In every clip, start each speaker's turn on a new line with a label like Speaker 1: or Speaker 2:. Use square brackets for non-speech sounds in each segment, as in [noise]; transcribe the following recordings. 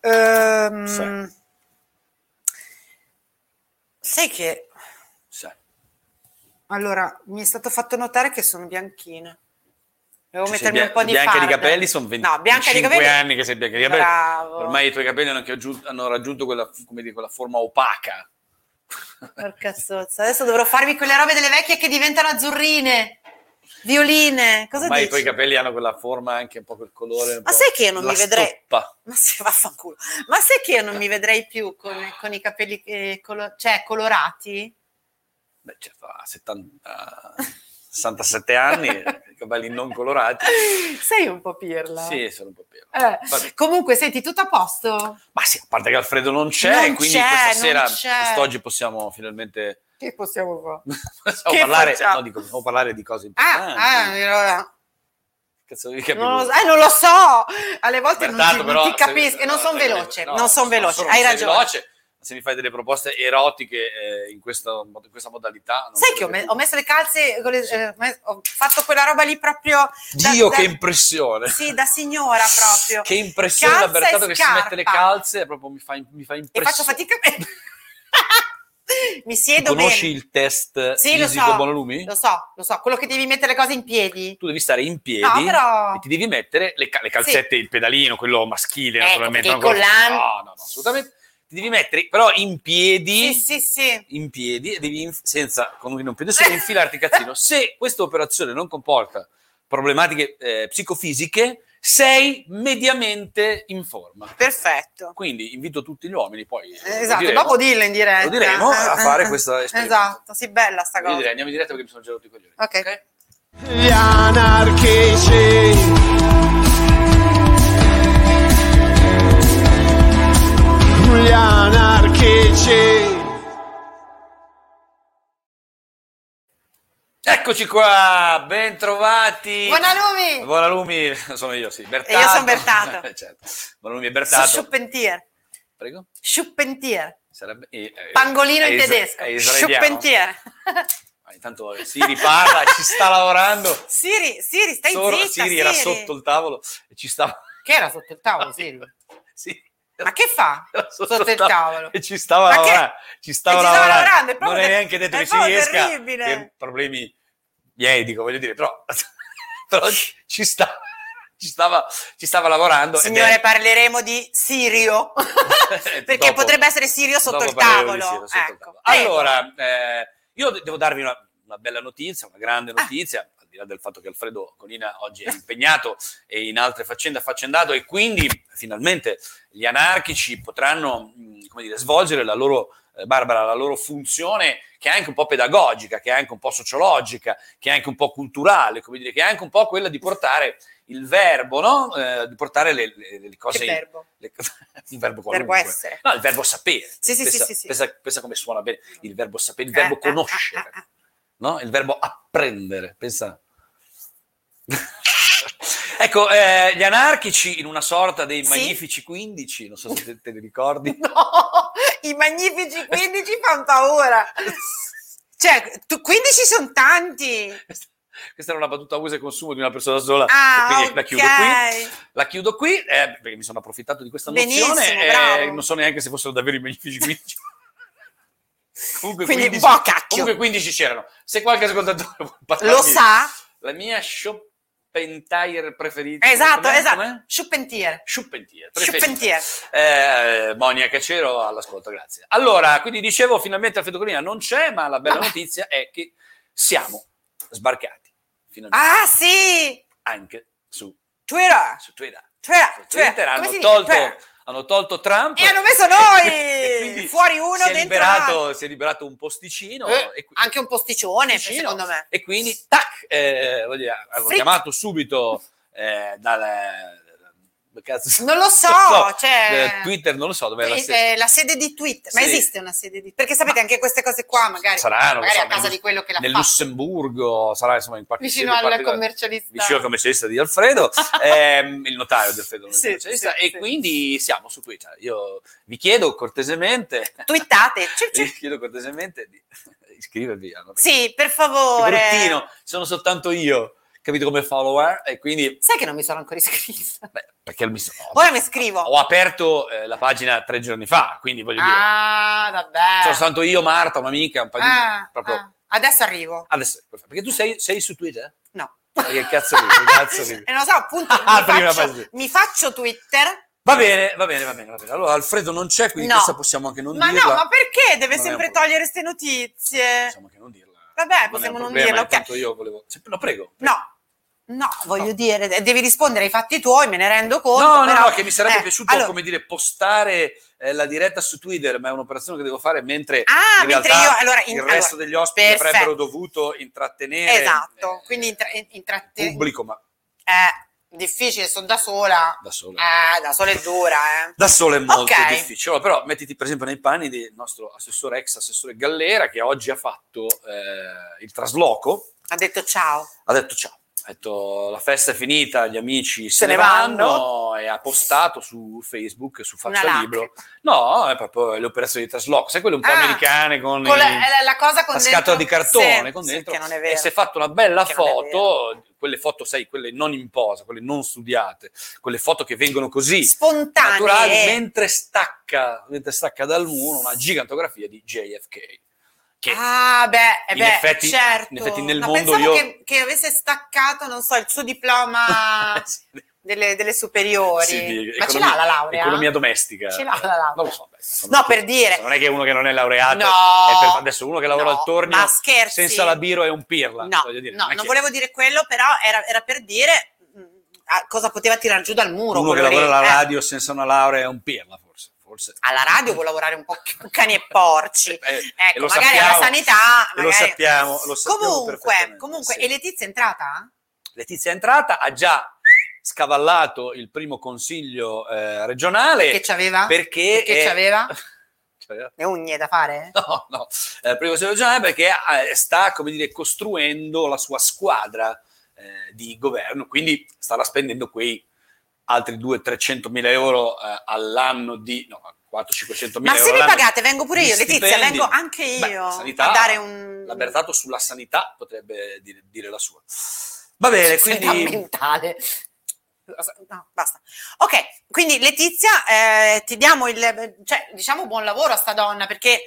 Speaker 1: Ehm,
Speaker 2: Sai.
Speaker 1: Sai che
Speaker 2: Sai.
Speaker 1: allora mi è stato fatto notare che sono bianchina. Devo
Speaker 2: Cioè, sei
Speaker 1: mettermi un
Speaker 2: bia-
Speaker 1: po' di
Speaker 2: bianca
Speaker 1: farda.
Speaker 2: di capelli sono 25
Speaker 1: No, bianca di capelli.
Speaker 2: anni che sei bianca di capelli.
Speaker 1: Bravo.
Speaker 2: Ormai i tuoi capelli hanno, anche aggiunto- hanno raggiunto quella, come dire, quella forma opaca.
Speaker 1: Porca zozza, adesso dovrò farmi quelle robe delle vecchie che diventano azzurrine, violine. Cosa
Speaker 2: Ormai i
Speaker 1: dici?
Speaker 2: tuoi capelli hanno quella forma, anche un po' quel colore. un
Speaker 1: Ma
Speaker 2: po'
Speaker 1: sai che io non
Speaker 2: la
Speaker 1: mi vedrei-
Speaker 2: stoppa.
Speaker 1: Ma se vaffanculo. Ma sai che io non mi vedrei più con, con i capelli eh, colo- cioè, colorati?
Speaker 2: Beh, cioè, fa 70 67 anni, i capelli non colorati.
Speaker 1: [laughs] Sei un po' pirla.
Speaker 2: Sì, sono un po' pieno.
Speaker 1: Eh,
Speaker 2: Vabbè.
Speaker 1: comunque, senti, tutto a posto?
Speaker 2: Ma sì, a parte che Alfredo non c'è,
Speaker 1: Non
Speaker 2: quindi
Speaker 1: c'è,
Speaker 2: questa
Speaker 1: non
Speaker 2: sera,
Speaker 1: c'è.
Speaker 2: quest'oggi possiamo finalmente
Speaker 1: Che possiamo fare?
Speaker 2: [laughs] possiamo
Speaker 1: Che
Speaker 2: parlare,
Speaker 1: facciamo?
Speaker 2: no, dico, possiamo parlare di cose
Speaker 1: Ah,
Speaker 2: importanti.
Speaker 1: ah, allora,
Speaker 2: Cazzo, io capivo.
Speaker 1: non, lo, eh, non lo so. Alle volte non ti,
Speaker 2: Bertato,
Speaker 1: non
Speaker 2: però,
Speaker 1: ti capisco.
Speaker 2: se-
Speaker 1: E non sono
Speaker 2: se-
Speaker 1: veloce.
Speaker 2: no,
Speaker 1: non sono veloce.
Speaker 2: solo
Speaker 1: Hai
Speaker 2: non sei
Speaker 1: ragione.
Speaker 2: veloce, ma se mi fai delle proposte erotiche eh, in, questa, in questa modalità. non
Speaker 1: Sai che ho,
Speaker 2: credo
Speaker 1: me-
Speaker 2: tu-
Speaker 1: ho messo le calze, con le- eh, me- ho fatto quella roba lì proprio. da-
Speaker 2: Dio,
Speaker 1: da-
Speaker 2: che impressione!
Speaker 1: Sì, da signora proprio.
Speaker 2: Che impressione da
Speaker 1: Calza e
Speaker 2: Bertato che si
Speaker 1: scarpa.
Speaker 2: mette le calze, proprio mi fa, mi fa
Speaker 1: E
Speaker 2: impressione.
Speaker 1: faccio fatica. [laughs] Mi siedo
Speaker 2: Conosci
Speaker 1: bene.
Speaker 2: il test
Speaker 1: Sì, lo
Speaker 2: fisico
Speaker 1: so.
Speaker 2: Bonolumi?
Speaker 1: Lo so, lo so. Quello che devi mettere le cose in piedi.
Speaker 2: Tu devi stare in piedi
Speaker 1: No, però.
Speaker 2: e ti devi mettere le, ca- le calzette, il pedalino, quello maschile,
Speaker 1: Eh,
Speaker 2: naturalmente.
Speaker 1: perché i
Speaker 2: non quello-
Speaker 1: collanti-
Speaker 2: No, no, no, assolutamente. Ti devi mettere però in piedi.
Speaker 1: Sì, sì, sì.
Speaker 2: in piedi e devi inf- senza con un non piede solo infilarti il cazzino. Se questa operazione non comporta problematiche eh, psicofisiche, sei mediamente in forma.
Speaker 1: Perfetto.
Speaker 2: Quindi invito tutti gli uomini poi eh,
Speaker 1: Eh,
Speaker 2: lo
Speaker 1: Esatto,
Speaker 2: diremo,
Speaker 1: dopo dillo in diretta.
Speaker 2: lo diremo a
Speaker 1: Eh, eh, [laughs]
Speaker 2: fare
Speaker 1: eh.
Speaker 2: questa esperienza.
Speaker 1: Esatto, sì, bella sta
Speaker 2: Io
Speaker 1: cosa.
Speaker 2: direi andiamo in diretta perché mi sono già rotto i coglioni.
Speaker 1: Ok.
Speaker 3: Gli anarchici. Gli anarchici.
Speaker 2: Eccoci qua, bentrovati.
Speaker 1: Buona Lumi!
Speaker 2: Buonalumi, sono io, sì, Bertato.
Speaker 1: io son Bertato.
Speaker 2: Eh, certo. Buonalumi e
Speaker 1: Sono
Speaker 2: Bertato.
Speaker 1: Schuppentier.
Speaker 2: Prego.
Speaker 1: Schuppentier.
Speaker 2: Sarebbe, eh, eh,
Speaker 1: Pangolino
Speaker 2: è
Speaker 1: in
Speaker 2: is-
Speaker 1: tedesco.
Speaker 2: è israeliano?
Speaker 1: Schuppentier.
Speaker 2: Ah, Intanto Siri parla, ci sta lavorando.
Speaker 1: Siri, Siri, stai
Speaker 2: Sor-
Speaker 1: zitta,
Speaker 2: Siri era sotto il tavolo e ci stava.
Speaker 1: Che era sotto il tavolo, Siri?
Speaker 2: Sì,
Speaker 1: Ma
Speaker 2: [laughs]
Speaker 1: che fa?
Speaker 2: era
Speaker 1: Sotto, il tavolo.
Speaker 2: E ci stava
Speaker 1: Ma che-
Speaker 2: lavorando. Ci stava
Speaker 1: e ci stava lavorando, è
Speaker 2: Non
Speaker 1: proprio
Speaker 2: è
Speaker 1: ter-
Speaker 2: neanche detto
Speaker 1: è
Speaker 2: che si
Speaker 1: proprio
Speaker 2: riesca.
Speaker 1: terribile.
Speaker 2: Per problemi miei, dico, voglio dire, però, [laughs] però ci- ci stava. Ci stava, ci stava lavorando. ed è- [laughs]
Speaker 1: Signore, parleremo di Sirio. Perché
Speaker 2: dopo-
Speaker 1: potrebbe essere Sirio sotto
Speaker 2: dopo
Speaker 1: il
Speaker 2: parleremo di
Speaker 1: tavolo.
Speaker 2: Siro sotto il
Speaker 1: Ecco,
Speaker 2: tavolo.
Speaker 1: prego.
Speaker 2: Allora, eh, io de- devo darvi una, una bella notizia, una grande
Speaker 1: Ah.
Speaker 2: notizia, al di là del fatto che Alfredo Colina oggi è impegnato e in altre faccende affaccendato e quindi finalmente gli anarchici potranno mh, come dire, svolgere la loro, eh, Barbara, la loro funzione che è anche un po' pedagogica, che è anche un po' sociologica, che è anche un po' culturale, come dire, che è anche un po' quella di portare il verbo, no? Eh, di portare le, le- le
Speaker 1: che
Speaker 2: cose...
Speaker 1: verbo.
Speaker 2: le- [laughs] un verbo
Speaker 1: Verbo
Speaker 2: qualunque.
Speaker 1: essere.
Speaker 2: No, il verbo sapere.
Speaker 1: Sì, sì,
Speaker 2: pensa,
Speaker 1: sì, sì, sì.
Speaker 2: Pensa, pensa come suona bene il verbo sapere, il verbo
Speaker 1: Eh, eh,
Speaker 2: conoscere,
Speaker 1: eh, eh, eh.
Speaker 2: no? Il verbo apprendere. Pensa. [laughs] ecco, eh, gli anarchici in una sorta dei
Speaker 1: Sì.
Speaker 2: magnifici 15, non so se te, te li ricordi. [laughs]
Speaker 1: [laughs] No, i magnifici 15 fanno paura. Cioè, tu- 15 sono tanti.
Speaker 2: Questa era una battuta a uso e consumo di una persona sola, e
Speaker 1: Ah,
Speaker 2: quindi la
Speaker 1: ok.
Speaker 2: chiudo qui. La chiudo qui eh, perché mi sono approfittato di questa
Speaker 1: Benissimo,
Speaker 2: nozione eh,
Speaker 1: bravo.
Speaker 2: non so neanche se fossero davvero i
Speaker 1: [laughs]
Speaker 2: magnifici 15. comunque,
Speaker 1: Quindi, boh, cacchio.
Speaker 2: comunque 15 c'erano. Se qualche ascoltatore vuole
Speaker 1: Lo
Speaker 2: parlarmi-
Speaker 1: sa?
Speaker 2: La mia Schoppentier preferita.
Speaker 1: Esatto,
Speaker 2: Com'è?
Speaker 1: esatto.
Speaker 2: Com'è?
Speaker 1: Schuppentier.
Speaker 2: Schoppentier. preferita.
Speaker 1: Schuppentier.
Speaker 2: Eh, Monia Cacero all'ascolto, grazie. Allora, quindi dicevo, finalmente Alfredo Colina non c'è, ma la bella
Speaker 1: Vabbè.
Speaker 2: notizia è che siamo sbarcati. Finalmente
Speaker 1: Ah, sì!
Speaker 2: anche su,
Speaker 1: Twitter.
Speaker 2: su Twitter.
Speaker 1: Twitter.
Speaker 2: Su
Speaker 1: Twitter.
Speaker 2: Cioè, Twitter
Speaker 1: Cioè, Come si
Speaker 2: hanno
Speaker 1: dice?
Speaker 2: tolto,
Speaker 1: Twitter.
Speaker 2: hanno tolto Trump.
Speaker 1: E hanno messo
Speaker 2: [laughs] E quindi
Speaker 1: noi! Fuori uno,
Speaker 2: si è
Speaker 1: dentro l'altro.
Speaker 2: liberato, si è liberato un posticino
Speaker 1: Eh,
Speaker 2: e qui-
Speaker 1: Anche un posticone,
Speaker 2: Vicino.
Speaker 1: secondo me.
Speaker 2: E quindi, tac, eh, voglio dire, hanno
Speaker 1: Fric.
Speaker 2: chiamato subito eh, dal... eh, cazzo-
Speaker 1: Non lo so, cioè-
Speaker 2: eh, Twitter non lo so dove è la
Speaker 1: Eh,
Speaker 2: sede.
Speaker 1: eh, la sede di Twitter, ma
Speaker 2: Sì. Ah.
Speaker 1: esiste una sede di perché sapete anche queste cose qua magari,
Speaker 2: Sarà, non lo
Speaker 1: magari
Speaker 2: so,
Speaker 1: a casa
Speaker 2: nel-
Speaker 1: di quello che la
Speaker 2: Nel
Speaker 1: fa
Speaker 2: Lussemburgo, sarà insomma in qualche
Speaker 1: vicino
Speaker 2: sede
Speaker 1: al
Speaker 2: particolare-
Speaker 1: commercialista
Speaker 2: vicino al commercialista
Speaker 1: [laughs]
Speaker 2: di Alfredo, ehm, il notario di Alfredo, non il
Speaker 1: Sì,
Speaker 2: commercialista,
Speaker 1: sì,
Speaker 2: e
Speaker 1: sì.
Speaker 2: quindi siamo su Twitter. Cioè, Io vi chiedo cortesemente,
Speaker 1: [laughs] twittate Ciu, ciu.
Speaker 2: vi chiedo cortesemente di [laughs] iscrivervi a
Speaker 1: sì per
Speaker 2: Che
Speaker 1: favore
Speaker 2: bruttino, sono soltanto io capito come follower e quindi
Speaker 1: Sai che non mi sono ancora iscritta.
Speaker 2: beh, perché mi sono,
Speaker 1: Ora mi scrivo.
Speaker 2: ho aperto eh, la pagina tre giorni fa, quindi voglio dire,
Speaker 1: Ah, vabbè.
Speaker 2: sono stato io, Marta, un'amica, un paio
Speaker 1: Ah,
Speaker 2: di... Proprio...
Speaker 1: ah. Adesso arrivo.
Speaker 2: Adesso, perché tu sei, sei su Twitter?
Speaker 1: No.
Speaker 2: Ma che cazzo dici? Che cazzo dici?
Speaker 1: [laughs] Eh, non lo so, appunto,
Speaker 2: [laughs] Ah,
Speaker 1: mi,
Speaker 2: prima
Speaker 1: faccio,
Speaker 2: pagina.
Speaker 1: mi faccio Twitter.
Speaker 2: Va bene, va bene, va bene, va bene. Allora Alfredo non c'è, quindi
Speaker 1: No.
Speaker 2: questa possiamo anche non
Speaker 1: ma
Speaker 2: dirla.
Speaker 1: no, ma perché deve
Speaker 2: Non è un
Speaker 1: sempre
Speaker 2: problema.
Speaker 1: togliere queste notizie?
Speaker 2: Possiamo anche non dirla.
Speaker 1: Vabbè,
Speaker 2: è un
Speaker 1: Eh, possiamo non
Speaker 2: problema,
Speaker 1: dirla, ok.
Speaker 2: intanto io volevo... Se- No, prego.
Speaker 1: No, no, voglio dire, de- devi rispondere ai fatti tuoi, me ne rendo conto.
Speaker 2: no, no,
Speaker 1: però-
Speaker 2: no, che mi sarebbe
Speaker 1: eh,
Speaker 2: piaciuto,
Speaker 1: allora-
Speaker 2: come dire, postare eh, la diretta su Twitter, ma è un'operazione che devo fare mentre
Speaker 1: Ah,
Speaker 2: in
Speaker 1: mentre
Speaker 2: realtà
Speaker 1: io- allora, in-
Speaker 2: il resto
Speaker 1: allora,
Speaker 2: degli ospiti
Speaker 1: perfetto.
Speaker 2: avrebbero dovuto intrattenere
Speaker 1: Esatto,
Speaker 2: eh,
Speaker 1: quindi intra- in-
Speaker 2: il
Speaker 1: intratte-
Speaker 2: pubblico, ma
Speaker 1: Eh, difficile, sono da sola.
Speaker 2: da solo.
Speaker 1: Eh, da sola è dura, eh.
Speaker 2: Da solo è molto
Speaker 1: Ok.
Speaker 2: difficile, Allora, però mettiti per esempio nei panni del nostro assessore, ex assessore Gallera, che oggi ha fatto eh, il trasloco,
Speaker 1: Ha detto ciao.
Speaker 2: ha detto ciao. Ha detto la festa è finita, gli amici se,
Speaker 1: Se
Speaker 2: ne
Speaker 1: ne
Speaker 2: vanno.
Speaker 1: vanno."
Speaker 2: e ha postato su Facebook, su
Speaker 1: Una
Speaker 2: Faccia Libro. No, è proprio le operazioni di trasloco, sai quelle un po'
Speaker 1: Ah,
Speaker 2: americane con,
Speaker 1: Con la,
Speaker 2: i-
Speaker 1: la- la cosa con
Speaker 2: la
Speaker 1: dentro-
Speaker 2: scatola di cartone
Speaker 1: sì,
Speaker 2: con
Speaker 1: sì,
Speaker 2: dentro
Speaker 1: che non è
Speaker 2: e
Speaker 1: vero.
Speaker 2: si è fatto una bella
Speaker 1: Che non è
Speaker 2: foto, quelle foto, sai, quelle non in posa, quelle non studiate, quelle foto che vengono così naturali
Speaker 1: Spontanee.
Speaker 2: mentre stacca, mentre stacca dal muro una gigantografia di JFK. Che
Speaker 1: Ah, beh, eh
Speaker 2: In
Speaker 1: beh,
Speaker 2: effetti-
Speaker 1: certo.
Speaker 2: in effetti nel
Speaker 1: Ma
Speaker 2: mondo
Speaker 1: pensavo
Speaker 2: io-
Speaker 1: che, che avesse staccato, non so, il suo
Speaker 2: [laughs]
Speaker 1: diploma delle, delle superiori.
Speaker 2: Sì, di
Speaker 1: Ma ce
Speaker 2: economia-
Speaker 1: l'ha la laurea?
Speaker 2: Economia domestica.
Speaker 1: Ce l'ha la laurea?
Speaker 2: Non lo so. beh, insomma,
Speaker 1: No, per dire.
Speaker 2: Non è che uno che non è laureato
Speaker 1: No.
Speaker 2: è per- adesso uno che lavora
Speaker 1: No,
Speaker 2: al tornio
Speaker 1: ma scherzi.
Speaker 2: senza la biro è un pirla.
Speaker 1: No,
Speaker 2: voglio dire,
Speaker 1: no,
Speaker 2: non è
Speaker 1: non
Speaker 2: che
Speaker 1: volevo dire quello, però era, era per dire mh, a- cosa poteva tirar giù dal muro.
Speaker 2: uno che
Speaker 1: quello lì,
Speaker 2: lavora alla
Speaker 1: eh.
Speaker 2: radio senza una laurea è un pirla, forse. forse.
Speaker 1: Alla radio vuol lavorare un po' con cani e porci.
Speaker 2: [laughs] Eh, e
Speaker 1: Ecco,
Speaker 2: lo
Speaker 1: magari
Speaker 2: sappiamo,
Speaker 1: alla sanità.
Speaker 2: e lo
Speaker 1: magari-
Speaker 2: sappiamo, lo sappiamo
Speaker 1: Comunque,
Speaker 2: perfettamente,
Speaker 1: comunque
Speaker 2: sì.
Speaker 1: e Letizia è entrata?
Speaker 2: Letizia è entrata, ha già scavallato il primo consiglio eh, regionale
Speaker 1: Che c'aveva?
Speaker 2: perché...
Speaker 1: Perché
Speaker 2: è-
Speaker 1: c'aveva?
Speaker 2: [laughs] C'aveva?
Speaker 1: Le ugne da fare?
Speaker 2: [laughs] No, no, eh, primo consiglio regionale perché eh, sta, come dire, costruendo la sua squadra eh, di governo, quindi starà spendendo quei altri 200-300 mila euro eh, all'anno di... no, 400-500 mila
Speaker 1: Ma
Speaker 2: euro
Speaker 1: se mi
Speaker 2: all'anno.
Speaker 1: pagate vengo pure
Speaker 2: Gli
Speaker 1: io, Letizia,
Speaker 2: stipendi.
Speaker 1: vengo anche
Speaker 2: Beh,
Speaker 1: io
Speaker 2: la sanità,
Speaker 1: a dare un...
Speaker 2: La Bertato sulla sanità potrebbe dire, dire la sua. Va bene, quindi...
Speaker 1: mentale. Cioè, No, basta. Ok, quindi Letizia, eh, ti diamo il... cioè, diciamo buon lavoro a sta donna, perché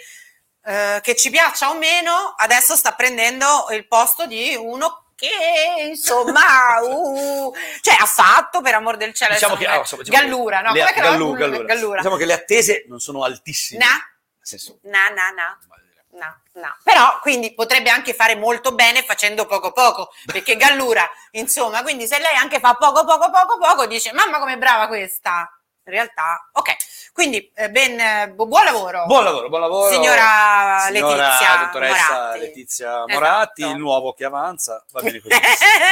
Speaker 1: eh, che ci piaccia o meno, adesso sta prendendo il posto di uno che,
Speaker 2: [laughs]
Speaker 1: insomma, uh, cioè, ha fatto, per amor del cielo,
Speaker 2: Diciamo
Speaker 1: adesso
Speaker 2: che,
Speaker 1: non-
Speaker 2: ah, insomma, diciamo
Speaker 1: Gallura,
Speaker 2: che
Speaker 1: no?
Speaker 2: le-
Speaker 1: Com'è che era?
Speaker 2: Gallu- Gallura.
Speaker 1: Gallura.
Speaker 2: Diciamo che le attese non sono altissime.
Speaker 1: Na,
Speaker 2: Nel senso,
Speaker 1: na, na, na.
Speaker 2: voglio dire,
Speaker 1: No, no. Però quindi potrebbe anche fare molto bene facendo poco poco, perché Gallura, insomma, quindi se lei anche fa poco poco poco poco dice "Mamma com'è brava questa". In realtà, ok. Quindi eh, ben eh, bu- buon lavoro.
Speaker 2: Buon lavoro, buon lavoro.
Speaker 1: Signora,
Speaker 2: signora
Speaker 1: Letizia
Speaker 2: dottoressa
Speaker 1: Moratti.
Speaker 2: Letizia
Speaker 1: Esatto.
Speaker 2: Moratti, il nuovo che avanza. Va
Speaker 1: [laughs]
Speaker 2: bene così.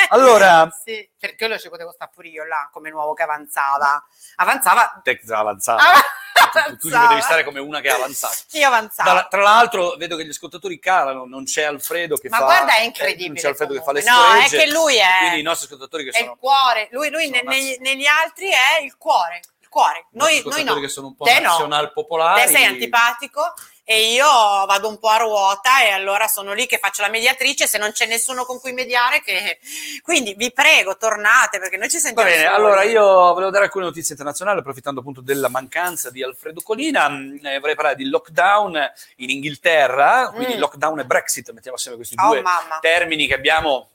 Speaker 2: Allora-
Speaker 1: sì, perché lo ci potevo stare pure io là come nuovo che avanzava. Avanzava
Speaker 2: Tec- avanzata. Ah, Tu- tu ci
Speaker 1: avanzava.
Speaker 2: potevi stare come una che è avanzata.
Speaker 1: Io avanzavo.
Speaker 2: Dalla- tra l'altro vedo che gli ascoltatori calano, non c'è Alfredo che
Speaker 1: Ma
Speaker 2: fa
Speaker 1: guarda, è
Speaker 2: eh,
Speaker 1: incredibile
Speaker 2: Non c'è Alfredo che fa le
Speaker 1: comunque. No, è
Speaker 2: storiegge,
Speaker 1: che lui è-
Speaker 2: Quindi i nostri ascoltatori che
Speaker 1: è
Speaker 2: sono
Speaker 1: il cuore, lui, lui
Speaker 2: sono
Speaker 1: ne- negli,
Speaker 2: naz-
Speaker 1: negli altri è il cuore, il cuore.
Speaker 2: i nostri
Speaker 1: Noi, noi
Speaker 2: ascoltatori
Speaker 1: no.
Speaker 2: che sono un po'
Speaker 1: Te no.
Speaker 2: nazional popolari.
Speaker 1: Te sei antipatico e io vado un po' a ruota e allora sono lì che faccio la mediatrice se non c'è nessuno con cui mediare. Che... Quindi vi prego, tornate perché noi ci
Speaker 2: Va
Speaker 1: sentiamo.
Speaker 2: bene,
Speaker 1: soli.
Speaker 2: allora io volevo dare alcune notizie internazionali approfittando appunto della mancanza di Alfredo Colina, Mm, eh, vorrei parlare di lockdown in Inghilterra, quindi
Speaker 1: Mm.
Speaker 2: lockdown e Brexit, mettiamo assieme questi
Speaker 1: Oh
Speaker 2: due
Speaker 1: mamma,
Speaker 2: termini che abbiamo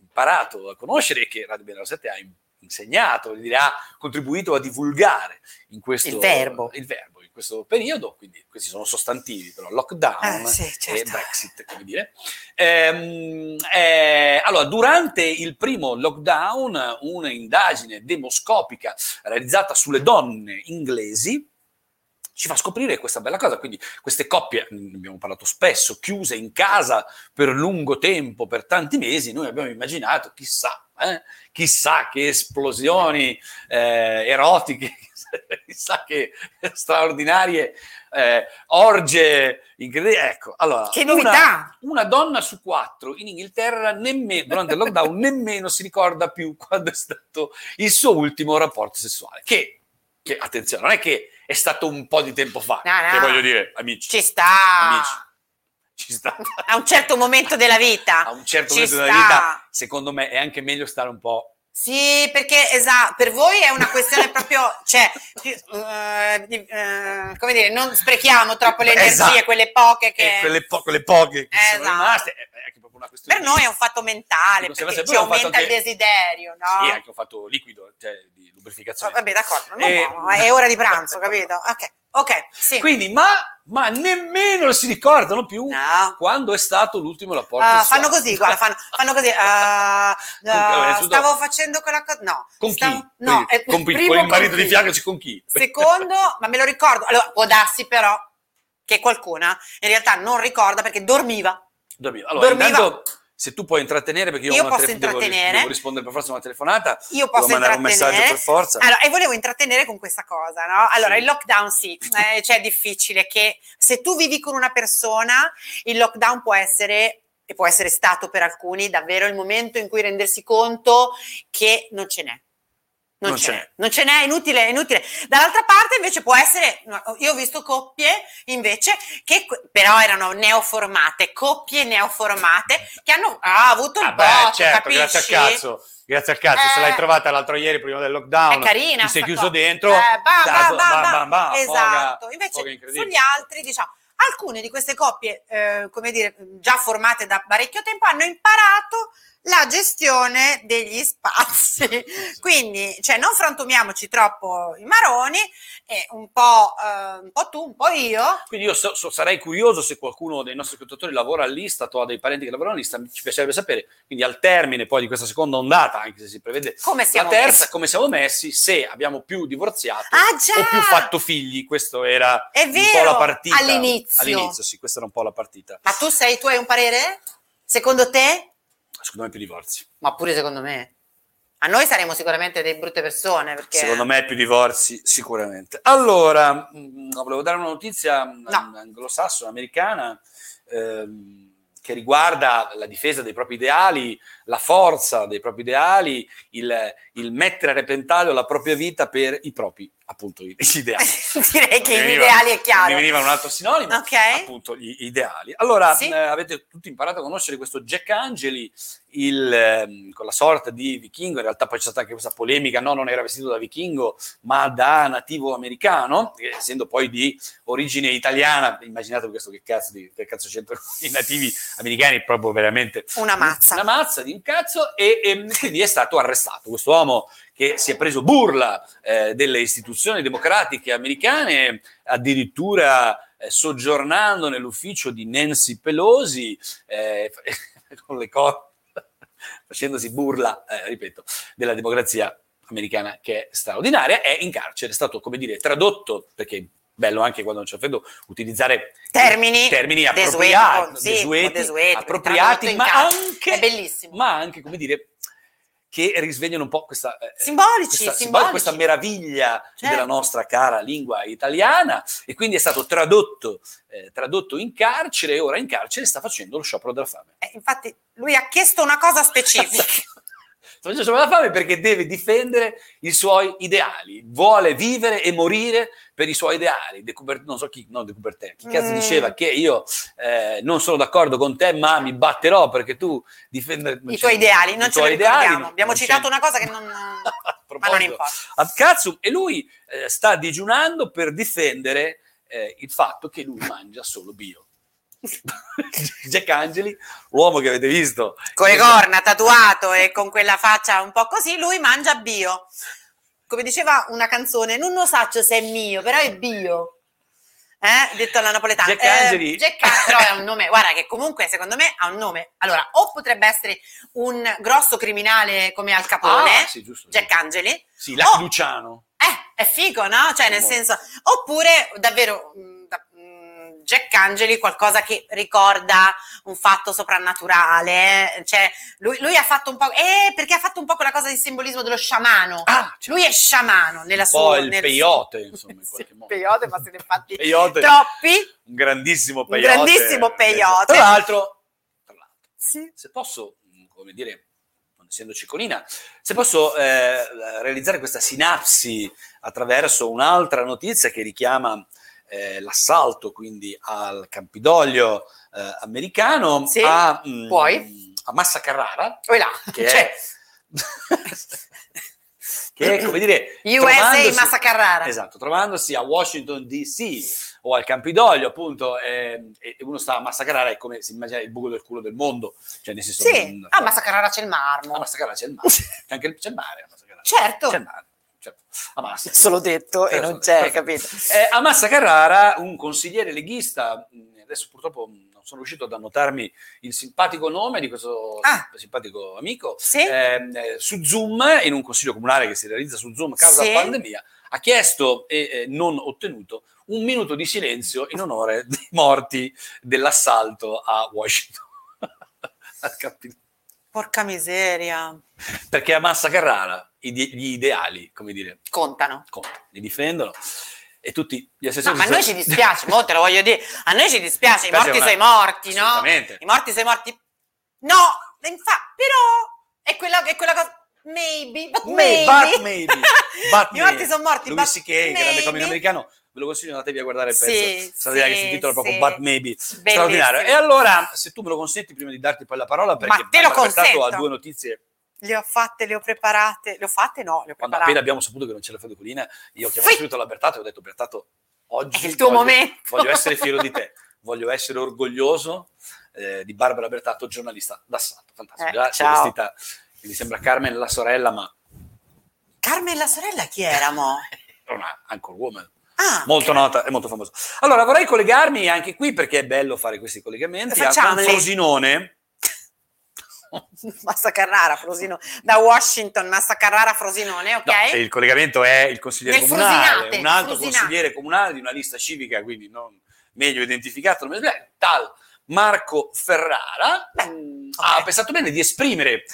Speaker 2: imparato a conoscere e che Radio Bella 7 ha in- insegnato, voglio dire, ha contribuito a divulgare in questo,
Speaker 1: Il verbo.
Speaker 2: il verbo, in questo periodo, quindi questi sono sostantivi, però lockdown
Speaker 1: Eh, sì,
Speaker 2: e
Speaker 1: certo.
Speaker 2: Brexit, come dire. Ehm, eh, allora, durante il primo lockdown, un'indagine demoscopica realizzata sulle donne inglesi ci fa scoprire questa bella cosa, quindi queste coppie, ne abbiamo parlato spesso, chiuse in casa per lungo tempo, per tanti mesi, noi abbiamo immaginato, chissà, eh, chissà che esplosioni eh, erotiche, [laughs] chissà che straordinarie eh, orge incredibili. Ecco, allora,
Speaker 1: che
Speaker 2: una-
Speaker 1: novità!
Speaker 2: una donna su quattro in Inghilterra nemmeno, durante il
Speaker 1: [laughs]
Speaker 2: lockdown nemmeno si ricorda più quando è stato il suo ultimo rapporto sessuale. Che, che, attenzione, non è che è stato un po' di tempo fa,
Speaker 1: No, no.
Speaker 2: che voglio dire, amici,
Speaker 1: Ci sta.
Speaker 2: Amici. ci sta.
Speaker 1: a un certo momento della
Speaker 2: A
Speaker 1: vita.
Speaker 2: un certo
Speaker 1: Ci
Speaker 2: momento della
Speaker 1: sta.
Speaker 2: vita, secondo me, è anche meglio stare un po'.
Speaker 1: Sì, perché esatto, per voi è una questione proprio, cioè, eh, di- eh, come dire, non sprechiamo troppo le energie,
Speaker 2: Esatto.
Speaker 1: quelle poche che...
Speaker 2: Eh, quelle, po- quelle poche che sono
Speaker 1: Esatto.
Speaker 2: rimaste, è, è anche proprio una questione.
Speaker 1: Per noi è un fatto mentale,
Speaker 2: Dico, se
Speaker 1: perché
Speaker 2: avesse-
Speaker 1: ci
Speaker 2: poi ho fatto
Speaker 1: aumenta il
Speaker 2: anche-
Speaker 1: desiderio, no?
Speaker 2: Sì, anche ho fatto liquido, cioè di lubrificazione.
Speaker 1: Vabbè, d'accordo, non
Speaker 2: Eh,
Speaker 1: no, è ora di
Speaker 2: [laughs]
Speaker 1: pranzo, capito? Ok, ok, sì.
Speaker 2: Quindi, ma, ma nemmeno si ricordano più
Speaker 1: No.
Speaker 2: quando è stato l'ultimo rapporto.
Speaker 1: Ah,
Speaker 2: sessuale.
Speaker 1: fanno così, guarda, fanno, fanno così. ah, ah,
Speaker 2: vabbè, innanzitutto-
Speaker 1: stavo facendo quella cosa. No,
Speaker 2: [laughs] Con chi?
Speaker 1: stavo- no,
Speaker 2: Quindi,
Speaker 1: eh,
Speaker 2: con, chi?
Speaker 1: primo
Speaker 2: con il marito
Speaker 1: con
Speaker 2: di
Speaker 1: chi?
Speaker 2: fianco, cioè, con chi? [laughs]
Speaker 1: Secondo, ma me lo ricordo. Allora, può darsi però che qualcuna in realtà non ricorda perché dormiva.
Speaker 2: Dormiva. Allora,
Speaker 1: Dormiva.
Speaker 2: intanto, se tu puoi intrattenere, perché io, ho
Speaker 1: Io
Speaker 2: una
Speaker 1: posso
Speaker 2: tele- devo-
Speaker 1: intrattenere.
Speaker 2: devo rispondere per forza a una telefonata,
Speaker 1: Io
Speaker 2: devo
Speaker 1: posso
Speaker 2: mandare un messaggio
Speaker 1: intrattenere.
Speaker 2: per forza.
Speaker 1: Allora, e volevo intrattenere con questa cosa, no? Allora,
Speaker 2: Esatto. Sì.
Speaker 1: il lockdown sì, eh, cioè è difficile che se tu vivi con una persona, il lockdown può essere e può essere stato per alcuni davvero il momento in cui rendersi conto che non ce n'è. Non,
Speaker 2: Non
Speaker 1: ce
Speaker 2: c'è.
Speaker 1: n'è, non ce n'è, è inutile, è inutile. Dall'altra parte invece può essere, no, io ho visto coppie invece che que- però erano neoformate, coppie neoformate che hanno ah, avuto il
Speaker 2: Ah, beh,
Speaker 1: botto,
Speaker 2: certo,
Speaker 1: capisci?
Speaker 2: grazie al cazzo. Grazie al cazzo, se
Speaker 1: Eh.
Speaker 2: l'hai trovata l'altro ieri prima del lockdown,
Speaker 1: È carina.
Speaker 2: ti sei
Speaker 1: sta
Speaker 2: chiuso
Speaker 1: cosa.
Speaker 2: dentro,
Speaker 1: Eh, bam,
Speaker 2: dato-
Speaker 1: bam, bam,
Speaker 2: bam,
Speaker 1: bam.
Speaker 2: bam, bam, foga-
Speaker 1: esatto.
Speaker 2: foga
Speaker 1: Invece
Speaker 2: Ah, incredibile.
Speaker 1: sugli altri, diciamo, alcune di queste coppie, eh, come dire, già formate da parecchio tempo, hanno imparato la gestione degli
Speaker 2: [laughs]
Speaker 1: spazi. Quindi, cioè, non frantumiamoci troppo i maroni, e un, po', eh, un po' tu, un po' io.
Speaker 2: Quindi io so- so- sarei curioso se qualcuno dei nostri ascoltatori lavora all'Istat o ha dei parenti che lavorano all'Istat, ci piacerebbe sapere, quindi al termine poi di questa seconda ondata, anche se si prevede
Speaker 1: Come
Speaker 2: la
Speaker 1: siamo
Speaker 2: terza, come siamo messi, se abbiamo più divorziato
Speaker 1: Ah, già!
Speaker 2: o più fatto figli, questo era
Speaker 1: È
Speaker 2: un po'
Speaker 1: vero,
Speaker 2: la partita.
Speaker 1: all'inizio.
Speaker 2: All'inizio, sì, questa era un po' la partita.
Speaker 1: Ma tu sei, tu hai un parere? Secondo te?
Speaker 2: Secondo me più divorzi.
Speaker 1: Ma pure secondo me. A noi saremo sicuramente delle brutte persone, perché...
Speaker 2: Secondo me più divorzi sicuramente. Allora, mh, volevo dare una notizia mh,
Speaker 1: No.
Speaker 2: anglosassone, americana, ehm, che riguarda la difesa dei propri ideali, la forza dei propri ideali, il, il mettere a repentaglio la propria vita per i propri, appunto, [laughs] i- gli ideali.
Speaker 1: [laughs] Direi che gli
Speaker 2: Mi veniva-
Speaker 1: ideali è chiaro.
Speaker 2: Mi veniva un altro sinonimo.
Speaker 1: Ok.
Speaker 2: appunto gli ideali. Allora,
Speaker 1: Sì.
Speaker 2: eh, avete tutti imparato a conoscere questo Jack Angeli, il, ehm, con la sorta di vichingo, in realtà poi c'è stata anche questa polemica, no, non era vestito da vichingo, ma da nativo americano, che essendo poi di origine italiana, immaginate questo che cazzo, di, che cazzo c'entra [laughs] i nativi americani, proprio veramente
Speaker 1: Una mazza.
Speaker 2: una mazza di un cazzo e, ehm, quindi è stato arrestato questo uomo che si è preso burla eh, delle istituzioni democratiche americane, addirittura eh, soggiornando nell'ufficio di Nancy Pelosi eh, [laughs] con le co- facendosi burla, eh, ripeto, della democrazia americana che è straordinaria, è in carcere, è stato, come dire, tradotto, perché è bello anche quando non c'è freddo utilizzare
Speaker 1: Termini
Speaker 2: termini
Speaker 1: desueti,
Speaker 2: appropriati,
Speaker 1: sì,
Speaker 2: desueti,
Speaker 1: un po' desueti,
Speaker 2: appropriati,
Speaker 1: tradotto in
Speaker 2: ma
Speaker 1: carcere.
Speaker 2: anche
Speaker 1: È bellissimo.
Speaker 2: ma anche, come dire, che risvegliano un po' questa, eh,
Speaker 1: Simbolici,
Speaker 2: questa,
Speaker 1: simbolici.
Speaker 2: questa meraviglia cioè,
Speaker 1: Certo.
Speaker 2: della nostra cara lingua italiana e quindi è stato tradotto, eh, tradotto in carcere e ora in carcere sta facendo lo sciopero della fame.
Speaker 1: Eh, infatti, lui ha chiesto una cosa
Speaker 2: [laughs]
Speaker 1: specifica.
Speaker 2: Sta facendo lo sciopero della fame perché deve difendere i suoi ideali, vuole vivere e morire per i suoi ideali. De Couber- non so chi, no, De Coubertin, chi cazzo
Speaker 1: Mm.
Speaker 2: diceva che io eh, non sono d'accordo con te ma mi batterò perché tu difendi
Speaker 1: I tuoi ideali, non ce li ricordiamo. Abbiamo citato una cosa che non...
Speaker 2: [laughs] A
Speaker 1: ma non
Speaker 2: proposito,
Speaker 1: importa.
Speaker 2: a cazzo, e lui eh, sta digiunando per difendere eh, il fatto che lui mangia solo bio. [laughs] Jack Angeli, l'uomo che avete visto
Speaker 1: Con le corna, tatuato e con quella faccia un po' così, lui mangia bio. Come diceva una canzone, non lo saccio se è mio, però è bio. Eh? Detto alla napoletana. Eh,
Speaker 2: Jack Angeli.
Speaker 1: Jack An- però è un nome, guarda che comunque secondo me ha un nome. Allora, o potrebbe essere un grosso criminale come Al Capone,
Speaker 2: Ah, sì, giusto.
Speaker 1: Jack Angeli,
Speaker 2: Sì, la
Speaker 1: Oh.
Speaker 2: Luciano.
Speaker 1: Eh, è figo, no? Cioè, nel
Speaker 2: Molto.
Speaker 1: senso, oppure davvero mh, da- mh, Jack Angeli, qualcosa che ricorda un fatto soprannaturale. eh, Cioè, lui, lui ha fatto un po'. Eh, perché ha fatto un po' quella cosa di simbolismo dello sciamano.
Speaker 2: Ah, c'è
Speaker 1: Lui è sciamano nella
Speaker 2: un po'
Speaker 1: sua.
Speaker 2: il
Speaker 1: nel- [laughs]
Speaker 2: peyote, insomma, in
Speaker 1: Sì,
Speaker 2: qualche modo.
Speaker 1: peyote, ma se ne fatti
Speaker 2: [laughs] Peyote,
Speaker 1: troppi.
Speaker 2: un grandissimo
Speaker 1: Un
Speaker 2: peyote.
Speaker 1: grandissimo peyote.
Speaker 2: Tra l'altro, tra l'altro,
Speaker 1: Sì.
Speaker 2: se posso, mh, come dire, non essendo ciccolina, se posso eh, realizzare questa sinapsi attraverso un'altra notizia che richiama eh, l'assalto quindi al Campidoglio eh, americano,
Speaker 1: Sì,
Speaker 2: a, mm,
Speaker 1: puoi.
Speaker 2: a Massa Carrara,
Speaker 1: Poi là,
Speaker 2: [laughs] che
Speaker 1: cioè,
Speaker 2: è... che è,
Speaker 1: [laughs]
Speaker 2: come dire...
Speaker 1: USA
Speaker 2: trovandosi-
Speaker 1: Massa Carrara.
Speaker 2: Esatto, trovandosi a Washington DC o al Campidoglio, appunto, ehm, e e uno sta a massacrare, è come si immagina il buco del culo del mondo. Cioè, nel senso,
Speaker 1: Sì,
Speaker 2: non-
Speaker 1: a Massa Carrara c'è il
Speaker 2: a
Speaker 1: marmo.
Speaker 2: Massacrara c'è il
Speaker 1: [laughs]
Speaker 2: mare, c'è anche il, c'è il mare a Massa Carrara.
Speaker 1: Certo.
Speaker 2: C'è il mare, certo. A Massa.
Speaker 1: Solo detto e
Speaker 2: Eh, lo so,
Speaker 1: non c'è,
Speaker 2: perfetto.
Speaker 1: capito?
Speaker 2: Eh, a Massa Carrara, un consigliere leghista, mh, adesso purtroppo mh, non sono riuscito ad annotarmi il simpatico nome di questo
Speaker 1: Ah.
Speaker 2: sim- simpatico amico,
Speaker 1: Sì?
Speaker 2: ehm, eh, su Zoom, in un consiglio comunale che si realizza su Zoom a causa
Speaker 1: Sì.
Speaker 2: pandemia, ha chiesto e eh, non ottenuto un minuto di silenzio in onore [laughs] dei morti dell'assalto a Washington. [laughs] Al Capitolio.
Speaker 1: Porca miseria.
Speaker 2: Perché a Massa Carrara i di- gli ideali, come dire,
Speaker 1: Contano.
Speaker 2: contano, li difendono e tutti gli
Speaker 1: No,
Speaker 2: assessori
Speaker 1: ma a noi ci dispiace, mo te lo voglio dire. A noi ci dispiace, i
Speaker 2: Dispiace
Speaker 1: morti
Speaker 2: una-
Speaker 1: sei morti, no?
Speaker 2: Assolutamente.
Speaker 1: I morti sei morti. No, infatti, però è quella, è quella cosa. Maybe, but
Speaker 2: May-
Speaker 1: maybe. [laughs]
Speaker 2: but maybe, but
Speaker 1: I morti
Speaker 2: maybe.
Speaker 1: sono morti.
Speaker 2: Louis
Speaker 1: but
Speaker 2: C.K., grande
Speaker 1: maybe.
Speaker 2: comico americano, ve lo consiglio, andatevi a guardare il
Speaker 1: Sì,
Speaker 2: pezzo straordinario che
Speaker 1: sì,
Speaker 2: si intitola proprio
Speaker 1: sì.
Speaker 2: But Maybe,
Speaker 1: Bellissimo.
Speaker 2: straordinario. E allora, se tu me lo consenti prima di darti poi la parola, perché
Speaker 1: Ma te lo
Speaker 2: abbiamo accertato
Speaker 1: consento.
Speaker 2: a due notizie,
Speaker 1: Le ho fatte, le ho preparate. Le ho fatte? No, le ho
Speaker 2: quando
Speaker 1: preparate.
Speaker 2: appena abbiamo saputo che non c'era Fabio Colina, io ho chiamato
Speaker 1: Sì.
Speaker 2: subito la Bertato e ho detto, Bertato, oggi
Speaker 1: È il tuo
Speaker 2: voglio-
Speaker 1: momento.
Speaker 2: voglio essere fiero di te, voglio essere orgoglioso eh, di Barbara Bertato, giornalista d'assalto, fantastico,
Speaker 1: Eh,
Speaker 2: già si è
Speaker 1: ciao.
Speaker 2: vestita, mi sembra Carmen la sorella, ma
Speaker 1: [laughs] Carmen la sorella chi era,
Speaker 2: [laughs]
Speaker 1: mo?
Speaker 2: è una anchor woman.
Speaker 1: Ah,
Speaker 2: molto nota e molto famosa. Allora, vorrei collegarmi anche qui perché è bello fare questi collegamenti a con
Speaker 1: Facciamoli. [laughs]
Speaker 2: Frosinone.
Speaker 1: Massa Carrara, Frosinone. Da Washington, Massa Carrara, Frosinone, ok?
Speaker 2: No, e il collegamento è il consigliere
Speaker 1: Nel
Speaker 2: comunale,
Speaker 1: Frusinate,
Speaker 2: un altro
Speaker 1: Frusinate.
Speaker 2: consigliere comunale di una lista civica, quindi non meglio identificato, non mi sbaglio, tal Marco Ferrara
Speaker 1: Beh,
Speaker 2: mm,
Speaker 1: ok.
Speaker 2: ha pensato bene di esprimere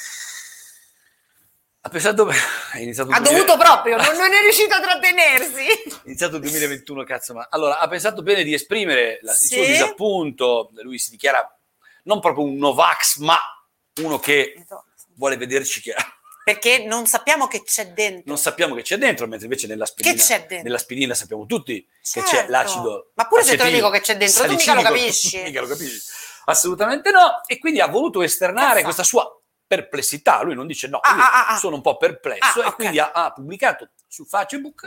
Speaker 2: ha pensato ha iniziato
Speaker 1: ha
Speaker 2: il 2000
Speaker 1: dovuto proprio, non, non è riuscito a trattenersi.
Speaker 2: iniziato il 2021, cazzo, ma allora ha pensato bene di esprimere la-
Speaker 1: Sì.
Speaker 2: il suo disappunto. Lui si dichiara non proprio un Novax, ma uno che vuole vederci che
Speaker 1: Perché non sappiamo che c'è dentro.
Speaker 2: non sappiamo che c'è dentro, mentre invece nella spinina,
Speaker 1: Che c'è dentro?
Speaker 2: nella spinina sappiamo tutti che c'è
Speaker 1: Certo.
Speaker 2: l'acido.
Speaker 1: Ma pure se te lo
Speaker 2: acetico,
Speaker 1: dico che c'è dentro, tu mica lo
Speaker 2: salicilico,
Speaker 1: capisci. [laughs]
Speaker 2: mica lo capisci. Assolutamente no. E quindi ha voluto esternare
Speaker 1: Cazzo.
Speaker 2: questa sua perplessità. Lui non dice no,
Speaker 1: Ah,
Speaker 2: lui,
Speaker 1: ah, ah, ah.
Speaker 2: sono un po' perplesso.
Speaker 1: Ah,
Speaker 2: e
Speaker 1: ok.
Speaker 2: quindi ha, ha pubblicato su Facebook,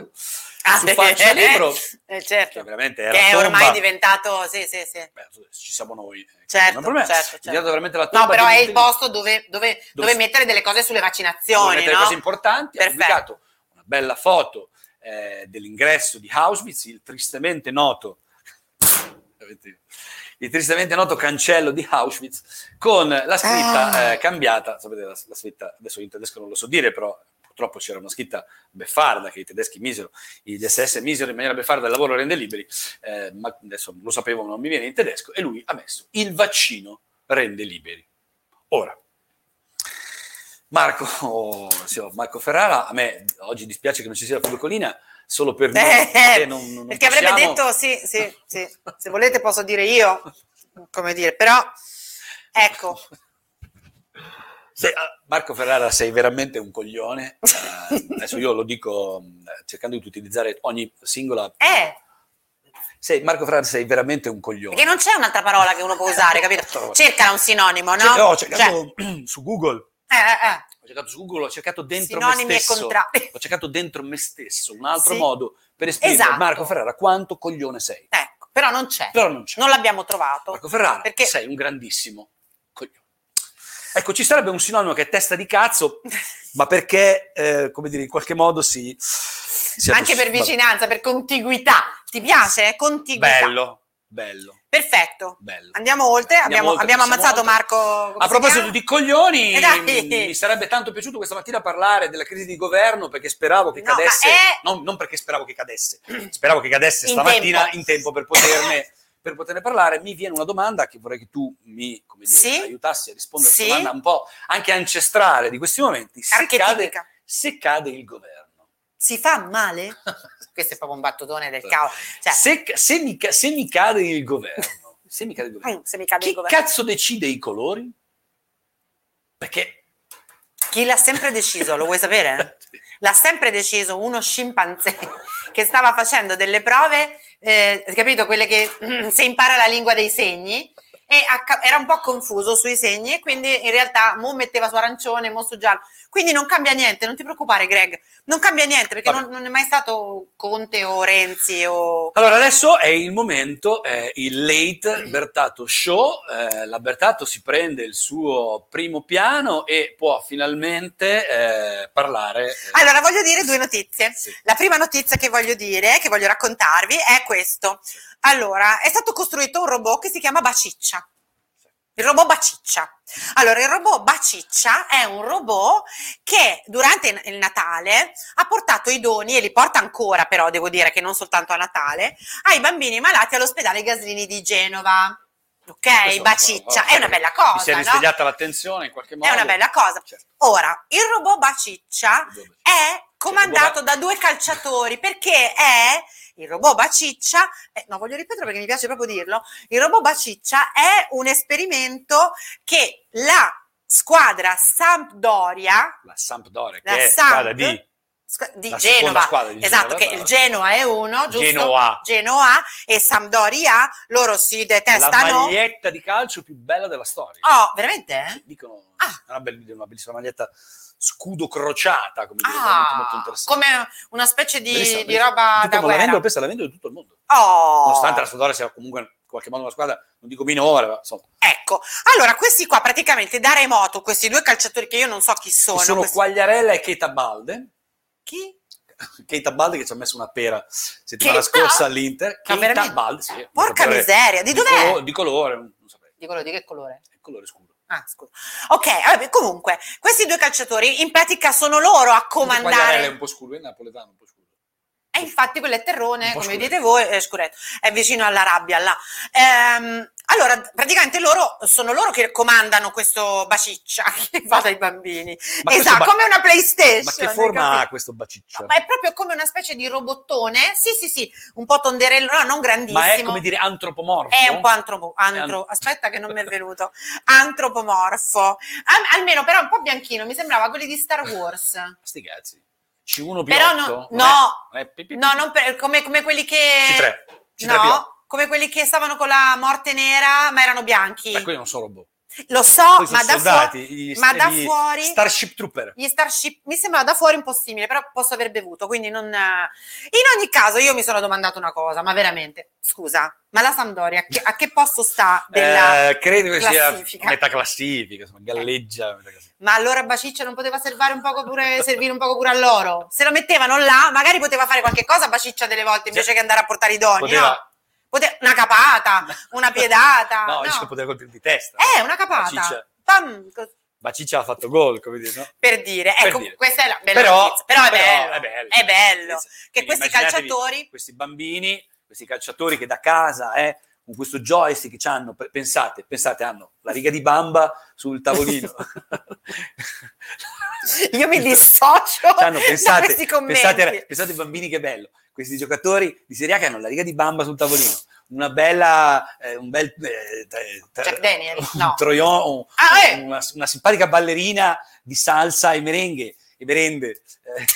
Speaker 1: Ah,
Speaker 2: su Faccia
Speaker 1: eh,
Speaker 2: Libro,
Speaker 1: eh,
Speaker 2: che
Speaker 1: certo.
Speaker 2: veramente era
Speaker 1: Che è ormai
Speaker 2: tomba.
Speaker 1: diventato, sì, sì, sì.
Speaker 2: Beh, ci siamo noi. eh,
Speaker 1: Certo,
Speaker 2: non è un problema.
Speaker 1: certo,
Speaker 2: È
Speaker 1: certo.
Speaker 2: diventato veramente la
Speaker 1: No,
Speaker 2: tomba
Speaker 1: però
Speaker 2: di-
Speaker 1: è il posto dove, dove-
Speaker 2: Dove
Speaker 1: dove
Speaker 2: si-
Speaker 1: mettere delle cose sulle
Speaker 2: dove
Speaker 1: vaccinazioni,
Speaker 2: mettere
Speaker 1: no? [laughs]
Speaker 2: cose importanti.
Speaker 1: Perfetto.
Speaker 2: Ha pubblicato una bella foto eh, dell'ingresso di Auschwitz, il tristemente noto il tristemente noto cancello di Auschwitz con la scritta
Speaker 1: Ah.
Speaker 2: eh, cambiata, sapete la, la scritta, adesso in tedesco non lo so dire, però purtroppo c'era una scritta beffarda che i tedeschi misero, gli SS misero in maniera beffarda il lavoro rende liberi, eh, ma adesso lo sapevo, non mi viene in tedesco, e lui ha messo il vaccino rende liberi. Ora, Marco, [laughs] sì, Marco Ferrara, a me oggi dispiace che non ci sia la Fabio Colina,
Speaker 1: [laughs]
Speaker 2: solo per noi,
Speaker 1: Eh,
Speaker 2: perché non- non
Speaker 1: perché avrebbe
Speaker 2: possiamo-
Speaker 1: detto sì, sì, sì, se volete posso dire io, come dire, però ecco,
Speaker 2: Se- ah, Marco Ferrara, sei veramente un coglione. Eh, adesso io lo dico mh, cercando di utilizzare ogni singola.
Speaker 1: eh,
Speaker 2: Sei, Marco Ferrara, sei veramente un coglione.
Speaker 1: perché non c'è un'altra parola che uno può usare, capito? Cercala un sinonimo, Ah, no?
Speaker 2: Eh, certo. Cioè, no, ho cercato [clears throat] su Google.
Speaker 1: Cioè, eh, eh, eh.
Speaker 2: Ho cercato su Google, ho cercato dentro
Speaker 1: Sinonimi
Speaker 2: me
Speaker 1: e
Speaker 2: stesso. [laughs]
Speaker 1: contrari.
Speaker 2: Ho cercato dentro me stesso un altro
Speaker 1: Sì.
Speaker 2: modo per esprimere
Speaker 1: Esatto.
Speaker 2: Marco Ferrara quanto coglione sei.
Speaker 1: Ecco, però non c'è,
Speaker 2: Però non c'è.
Speaker 1: non l'abbiamo trovato.
Speaker 2: Marco Ferrara,
Speaker 1: Perché-
Speaker 2: sei un grandissimo coglione. Ecco, ci sarebbe un sinonimo che è testa
Speaker 1: [laughs]
Speaker 2: di cazzo, ma perché, eh, come dire, in qualche modo si... si
Speaker 1: Anche per
Speaker 2: vabbè.
Speaker 1: vicinanza, per contiguità. Ti piace? Contiguità.
Speaker 2: Bello, bello,
Speaker 1: Perfetto.
Speaker 2: bello.
Speaker 1: Andiamo oltre. Abbiamo,
Speaker 2: Andiamo oltre,
Speaker 1: abbiamo
Speaker 2: passiamo
Speaker 1: ammazzato Marco. come si
Speaker 2: A proposito
Speaker 1: chiama?
Speaker 2: di coglioni,
Speaker 1: Eh, dai.
Speaker 2: mi sarebbe tanto piaciuto questa mattina parlare della crisi di governo perché speravo che
Speaker 1: No, ma
Speaker 2: cadesse,
Speaker 1: è-
Speaker 2: non, non perché speravo che cadesse, speravo che cadesse
Speaker 1: [clears throat] In
Speaker 2: stamattina
Speaker 1: tempo.
Speaker 2: in tempo per poterne, per poterne parlare. Mi viene una domanda che vorrei che tu mi come dire,
Speaker 1: Sì.
Speaker 2: aiutassi a rispondere a
Speaker 1: Sì.
Speaker 2: questa domanda un po' anche ancestrale di questi momenti. Se cade,
Speaker 1: Archetipica.
Speaker 2: se cade il governo,
Speaker 1: Si fa
Speaker 2: [laughs]
Speaker 1: male? Questo è proprio un battutone del cavolo. Cioè,
Speaker 2: se, se mi, ca- se mi cade
Speaker 1: [laughs]
Speaker 2: il governo, se mi cade il governo,
Speaker 1: mm, se mi cade
Speaker 2: chi
Speaker 1: il governo.
Speaker 2: cazzo decide i colori? Perché
Speaker 1: Chi l'ha sempre deciso? Lo vuoi [laughs]
Speaker 2: [laughs]
Speaker 1: sapere? L'ha sempre deciso uno scimpanzé che stava facendo delle prove eh, capito, quelle che [clears throat] se impara la lingua dei segni e ha ca- era un po' confuso sui segni e quindi in realtà mo metteva su arancione, mo su giallo. Quindi non cambia niente, non ti preoccupare Greg, non cambia niente perché
Speaker 2: Vabbè.
Speaker 1: non, non è mai stato Conte o Renzi o...
Speaker 2: Allora, adesso è il momento, eh, il late Bertato Show. Eh, la Bertato si prende il suo primo piano e può finalmente eh, parlare. eh,
Speaker 1: Allora voglio dire due notizie.
Speaker 2: sì.
Speaker 1: La prima notizia che voglio dire, che voglio raccontarvi, è questo. Allora, è stato costruito un robot che si chiama Baciccia. Il robot Baciccia. Allora, il robot Baciccia è un robot che durante il Natale ha portato i doni, e li porta ancora però, devo dire che non soltanto a Natale, ai bambini malati all'ospedale Gaslini di Genova. Ok,
Speaker 2: questo-
Speaker 1: Baciccia, è una bella
Speaker 2: Mi si
Speaker 1: cosa,
Speaker 2: è
Speaker 1: no?
Speaker 2: risvegliata l'attenzione in qualche
Speaker 1: È
Speaker 2: modo.
Speaker 1: una bella cosa.
Speaker 2: Certo.
Speaker 1: Ora, il robot Baciccia è comandato
Speaker 2: Cioè,
Speaker 1: da due calciatori perché è il robot Baciccia, eh, no voglio ripetere perché mi piace proprio dirlo, il robot Baciccia è un esperimento che la squadra Sampdoria
Speaker 2: La Sampdoria, che
Speaker 1: La
Speaker 2: è
Speaker 1: Samp-
Speaker 2: squadra di,
Speaker 1: squa- di
Speaker 2: la seconda
Speaker 1: Genova,
Speaker 2: squadra di
Speaker 1: esatto,
Speaker 2: Genova,
Speaker 1: che
Speaker 2: brava.
Speaker 1: il Genoa è uno, giusto?
Speaker 2: Genoa.
Speaker 1: Genoa e Sampdoria, loro si
Speaker 2: la
Speaker 1: detestano.
Speaker 2: maglietta di calcio più bella della storia.
Speaker 1: Oh, veramente?
Speaker 2: Dicono
Speaker 1: Ah.
Speaker 2: è una, bell- una bellissima maglietta scudo crociata, come dire,
Speaker 1: Ah,
Speaker 2: molto, molto interessante.
Speaker 1: come una specie di,
Speaker 2: Bellissima,
Speaker 1: di
Speaker 2: bellissima.
Speaker 1: roba da
Speaker 2: Tutto- ma la vendono,
Speaker 1: guerra.
Speaker 2: questa la vendono in tutto il mondo.
Speaker 1: Oh.
Speaker 2: Nonostante la Sampdoria sia comunque in qualche modo una squadra, non dico minore, ma insomma,
Speaker 1: Ecco, allora questi qua praticamente da remoto, questi due calciatori che io non so chi sono.
Speaker 2: Ci sono
Speaker 1: questi-
Speaker 2: Quagliarella e Keita Balde.
Speaker 1: Chi?
Speaker 2: [laughs] Keita Balde che ci ha messo una pera settimana
Speaker 1: Keita?
Speaker 2: scorsa all'Inter.
Speaker 1: Ma
Speaker 2: Keita
Speaker 1: veramente?
Speaker 2: Balde, sì, un
Speaker 1: Porca
Speaker 2: giocatore
Speaker 1: miseria, di dov'è?
Speaker 2: colo- di colore, non non saprei,
Speaker 1: Di quello di che colore?
Speaker 2: è colore scuro.
Speaker 1: Ah, scusa. Ok, vabbè, comunque, questi due calciatori in pratica sono loro a
Speaker 2: Quagliarella è
Speaker 1: comandare.
Speaker 2: un po' scuro, è napoletano un po' scuro.
Speaker 1: E infatti quello è terrone,
Speaker 2: un po'
Speaker 1: come
Speaker 2: scuretto.
Speaker 1: vedete voi, è scuretto, è vicino alla rabbia là. Ehm, allora, praticamente loro sono loro che comandano questo baciccia [laughs] che va dai bambini.
Speaker 2: Ma questo
Speaker 1: esatto,
Speaker 2: ba-
Speaker 1: come una PlayStation.
Speaker 2: Ma che
Speaker 1: hai
Speaker 2: forma
Speaker 1: capito?
Speaker 2: ha questo baciccio?
Speaker 1: No, ma è proprio come una specie di robottone, sì, sì, sì, un po' tonderello, no, non grandissimo.
Speaker 2: Ma è come dire antropomorfo?
Speaker 1: È un po' antropo-
Speaker 2: È [laughs]
Speaker 1: antro-
Speaker 2: an-
Speaker 1: aspetta che non mi è venuto, antropomorfo, Al- almeno però un po' bianchino, mi sembrava quelli di Star Wars.
Speaker 2: Sti cazzi. C1 più
Speaker 1: Però
Speaker 2: 8?
Speaker 1: no-
Speaker 2: Non è-
Speaker 1: no.
Speaker 2: non è Eh, pi- pi-
Speaker 1: No, non per- come, come quelli che...
Speaker 2: C3. C3 più otto.
Speaker 1: No, come quelli che stavano con la morte nera, ma erano bianchi.
Speaker 2: Ma quelli non sono robot.
Speaker 1: Lo so,
Speaker 2: Quelli sono
Speaker 1: ma da,
Speaker 2: soldati,
Speaker 1: fuori
Speaker 2: gli-
Speaker 1: ma da
Speaker 2: gli
Speaker 1: fuori-
Speaker 2: Starship Trooper.
Speaker 1: gli Starship mi sembrava da fuori un po' simile, però posso aver bevuto, quindi non... eh. In ogni caso io mi sono domandato una cosa, ma veramente, scusa, ma la Sampdoria a che, a che posto sta della...
Speaker 2: Eh, credo che sia
Speaker 1: classifica. Eh.
Speaker 2: a metà classifica, insomma, galleggia. a metà classifica.
Speaker 1: Ma allora Baciccia non poteva servare un poco pure, servire un poco pure a loro? Se lo mettevano là, magari poteva fare qualche cosa Baciccia delle volte invece
Speaker 2: Sì.
Speaker 1: che andare a portare i doni,
Speaker 2: Poteva-
Speaker 1: no? Pote- una capata,
Speaker 2: [laughs]
Speaker 1: una piedata.
Speaker 2: No,
Speaker 1: no.
Speaker 2: dice che poteva colpire di testa.
Speaker 1: Eh, una capata.
Speaker 2: Baciccia.
Speaker 1: Pam, co-
Speaker 2: Baciccia ha fatto gol, come dire, no?
Speaker 1: per dire,
Speaker 2: Per
Speaker 1: ecco,
Speaker 2: dire.
Speaker 1: questa è la bella notizia. Però è bello, è bello. Che
Speaker 2: Quindi
Speaker 1: questi
Speaker 2: immaginatevi
Speaker 1: calciatori-
Speaker 2: Questi bambini, questi calciatori che da casa, eh, con questo joystick che hanno, pe- pensate, pensate, hanno la riga di bamba sul tavolino.
Speaker 1: [laughs] Io mi
Speaker 2: [laughs]
Speaker 1: dissocio
Speaker 2: C'hanno,
Speaker 1: da
Speaker 2: Cioè, pensate,
Speaker 1: [laughs] questi commenti.
Speaker 2: pensate, pensate ai bambini che bello, questi giocatori di Serie A che hanno la riga di bamba sul tavolino, una bella, eh, un bel... eh, t- t-
Speaker 1: Jack Daniel,
Speaker 2: un
Speaker 1: no.
Speaker 2: troion- un-
Speaker 1: Ah, eh!
Speaker 2: una, una simpatica ballerina di salsa e merengue, e merende.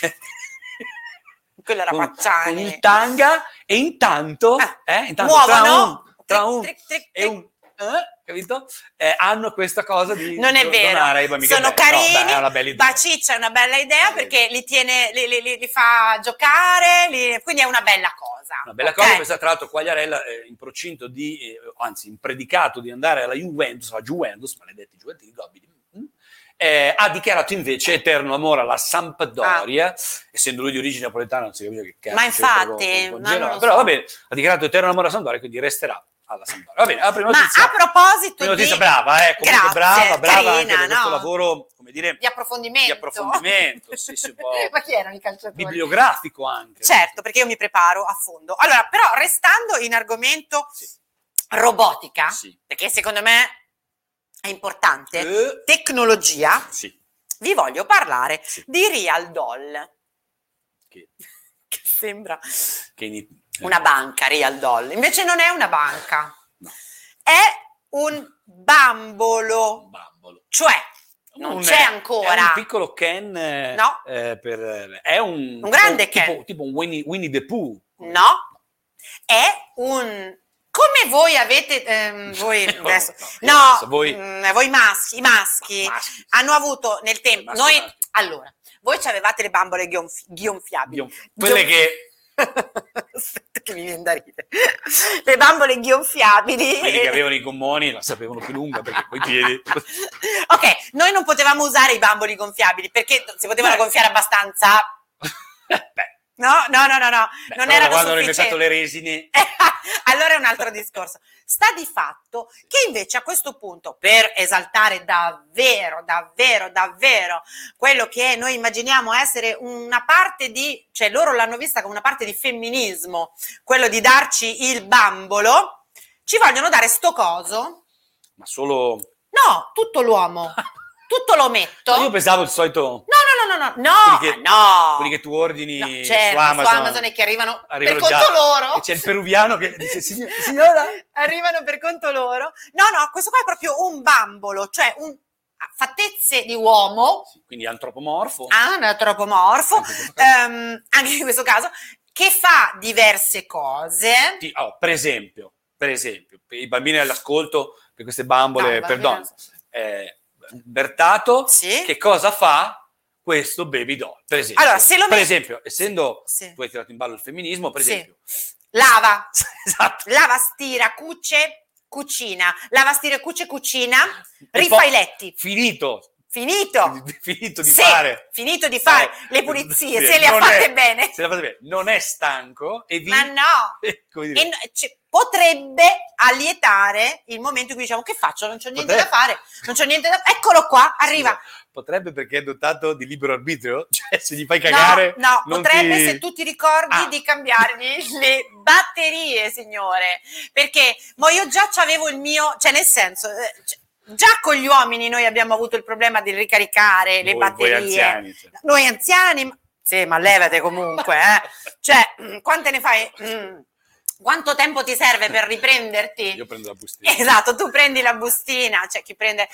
Speaker 2: eh, [laughs]
Speaker 1: Quello era
Speaker 2: con, con
Speaker 1: Pacciani.
Speaker 2: il tanga e intanto,
Speaker 1: Ah,
Speaker 2: eh, intanto tra
Speaker 1: muovono.
Speaker 2: un, tra un
Speaker 1: Tric, tric, tric,
Speaker 2: e un eh, capito? Eh, hanno questa cosa di
Speaker 1: Non è
Speaker 2: do-
Speaker 1: vero.
Speaker 2: donare ai bambini
Speaker 1: Sono
Speaker 2: che bello. No,
Speaker 1: carini,
Speaker 2: dai, è una bella idea.
Speaker 1: Baciccia è una bella idea
Speaker 2: Bella
Speaker 1: perché li tiene, li, li- li- li fa giocare, li- quindi è una bella cosa.
Speaker 2: Una bella
Speaker 1: ok?
Speaker 2: cosa, questa, tra l'altro Quagliarella eh, in procinto di, eh, anzi in predicato di andare alla Juventus, alla Juventus, maledetti Juventini, gobbidi, mm, eh, ha dichiarato invece eterno amore alla Sampdoria, essendo lui di origine napoletana non si capisce che cazzo
Speaker 1: Ah. Ma
Speaker 2: c'entra con-
Speaker 1: infatti,
Speaker 2: con
Speaker 1: ma
Speaker 2: Genova.
Speaker 1: non lo
Speaker 2: però
Speaker 1: so.
Speaker 2: va bene, ha dichiarato eterno amore alla Sampdoria, quindi resterà alla Sampdoria. Va bene, la prima
Speaker 1: Ma
Speaker 2: notizia,
Speaker 1: a proposito
Speaker 2: prima
Speaker 1: di,
Speaker 2: notizia brava, eh, comunque
Speaker 1: Grazie,
Speaker 2: brava, brava anche
Speaker 1: carina,
Speaker 2: per questo
Speaker 1: no?
Speaker 2: lavoro, come dire,
Speaker 1: di approfondimento,
Speaker 2: di approfondimento, sì, sì, un po'
Speaker 1: [laughs] ma chi erano i calciatori?
Speaker 2: bibliografico anche.
Speaker 1: Certo, perché io mi preparo a fondo. Allora, però, restando in argomento
Speaker 2: Sì.
Speaker 1: robotica,
Speaker 2: Sì.
Speaker 1: perché secondo me è importante,
Speaker 2: Eh,
Speaker 1: tecnologia,
Speaker 2: sì.
Speaker 1: vi voglio parlare
Speaker 2: Sì.
Speaker 1: di Real Doll, [laughs]
Speaker 2: Che,
Speaker 1: che sembra
Speaker 2: che in-
Speaker 1: una
Speaker 2: eh,
Speaker 1: banca, Real Doll. Invece non è una banca,
Speaker 2: No.
Speaker 1: è un bambolo,
Speaker 2: un bambolo.
Speaker 1: cioè non
Speaker 2: Un-
Speaker 1: c'è ancora.
Speaker 2: È un piccolo Ken. eh,
Speaker 1: No.
Speaker 2: eh, per- è un,
Speaker 1: Un grande
Speaker 2: tipo,
Speaker 1: Ken.
Speaker 2: Mm.
Speaker 1: Mm,
Speaker 2: Tipo un Winnie, Winnie the Pooh.
Speaker 1: No, è un... Come voi avete...
Speaker 2: [laughs]
Speaker 1: ehm, voi
Speaker 2: Io
Speaker 1: adesso...
Speaker 2: no,
Speaker 1: No,
Speaker 2: io adesso, voi-
Speaker 1: mm, voi maschi, i maschi
Speaker 2: Maschi,
Speaker 1: hanno avuto nel tempo...
Speaker 2: Maschi,
Speaker 1: Noi,
Speaker 2: maschi.
Speaker 1: allora, voi ci avevate le bambole ghionfi- ghionfiabili.
Speaker 2: io- quelle
Speaker 1: Io-
Speaker 2: che,
Speaker 1: [laughs] Aspetta che mi viene da ridere. Le bambole ghionfiabili.
Speaker 2: quelli che avevano i gommoni la sapevano più lunga perché
Speaker 1: [laughs]
Speaker 2: coi piedi
Speaker 1: ok, noi non potevamo usare i bamboli gonfiabili perché si potevano
Speaker 2: Beh.
Speaker 1: gonfiare abbastanza.
Speaker 2: [laughs] Beh,
Speaker 1: No, no, no, no, no. [laughs]
Speaker 2: beh,
Speaker 1: non
Speaker 2: però
Speaker 1: era
Speaker 2: da quando hanno
Speaker 1: sufficiente.
Speaker 2: inventato le resine
Speaker 1: allora è un altro discorso. Sta di fatto che invece a questo punto, per esaltare davvero, davvero, davvero quello che noi immaginiamo essere una parte di, cioè loro l'hanno vista come una parte di femminismo, quello di darci il bambolo, ci vogliono dare sto coso.
Speaker 2: ma solo
Speaker 1: No, tutto
Speaker 2: [laughs]
Speaker 1: l'uomo, tutto lo metto.
Speaker 2: io pensavo il solito
Speaker 1: No, no, no, no, no,
Speaker 2: Quelli che-
Speaker 1: no, no.
Speaker 2: quelli che tu ordini
Speaker 1: No, certo,
Speaker 2: su Amazon,
Speaker 1: e che arrivano,
Speaker 2: arrivano
Speaker 1: per
Speaker 2: già.
Speaker 1: conto loro.
Speaker 2: E c'è il peruviano
Speaker 1: [laughs]
Speaker 2: che dice "Sign- signora
Speaker 1: arrivano per conto loro. No, no, questo qua è proprio un bambolo, cioè un fattezze di uomo,
Speaker 2: Sì, quindi antropomorfo
Speaker 1: anatropomorfo, ehm, anche in questo caso, che fa diverse cose.
Speaker 2: Ti- oh, per esempio per esempio per i bambini all'ascolto per queste bambole
Speaker 1: No,
Speaker 2: perdono
Speaker 1: bambino-
Speaker 2: eh, Bertato
Speaker 1: Sì.
Speaker 2: che cosa fa questo baby doll per esempio
Speaker 1: Allora, se lo
Speaker 2: per
Speaker 1: metti-
Speaker 2: esempio essendo
Speaker 1: Sì.
Speaker 2: tu hai tirato in ballo il femminismo per
Speaker 1: Sì.
Speaker 2: esempio [laughs]
Speaker 1: Lava,
Speaker 2: esatto
Speaker 1: lava, stira, cuce, cucina, lava, stira, cuce, cucina,
Speaker 2: E
Speaker 1: rifà
Speaker 2: poi-
Speaker 1: i letti,
Speaker 2: finito
Speaker 1: finito.
Speaker 2: [laughs] finito di
Speaker 1: Se-
Speaker 2: fare
Speaker 1: Finito di fare
Speaker 2: Eh,
Speaker 1: le pulizie,
Speaker 2: sì,
Speaker 1: se le ha
Speaker 2: non
Speaker 1: fatte
Speaker 2: è-
Speaker 1: bene.
Speaker 2: se le ha fatte bene non è stanco e vi eh,
Speaker 1: Ma
Speaker 2: [laughs]
Speaker 1: no,
Speaker 2: come dire,
Speaker 1: E no- ci- potrebbe allietare il momento in cui diciamo che faccio, non c'ho niente
Speaker 2: Potrebbe.
Speaker 1: da fare, non c'ho niente da Eccolo qua, arriva.
Speaker 2: potrebbe perché è dotato di libero arbitrio [laughs] cioè se gli fai cagare
Speaker 1: no, no,
Speaker 2: non
Speaker 1: potrebbe
Speaker 2: ti-
Speaker 1: se tu ti ricordi
Speaker 2: Ah.
Speaker 1: di cambiargli [laughs] le batterie, signore, perché ma io già avevo il mio, cioè nel senso eh, c- Già con gli uomini noi abbiamo avuto il problema del ricaricare le
Speaker 2: Voi- voi
Speaker 1: batterie.
Speaker 2: anziani, cioè.
Speaker 1: Noi anziani, ma- sì, ma levate comunque, eh. Cioè, mm, quante ne fai? Mm, Quanto tempo ti serve per riprenderti?
Speaker 2: io prendo la bustina
Speaker 1: Esatto, tu prendi la bustina, c'è chi prende,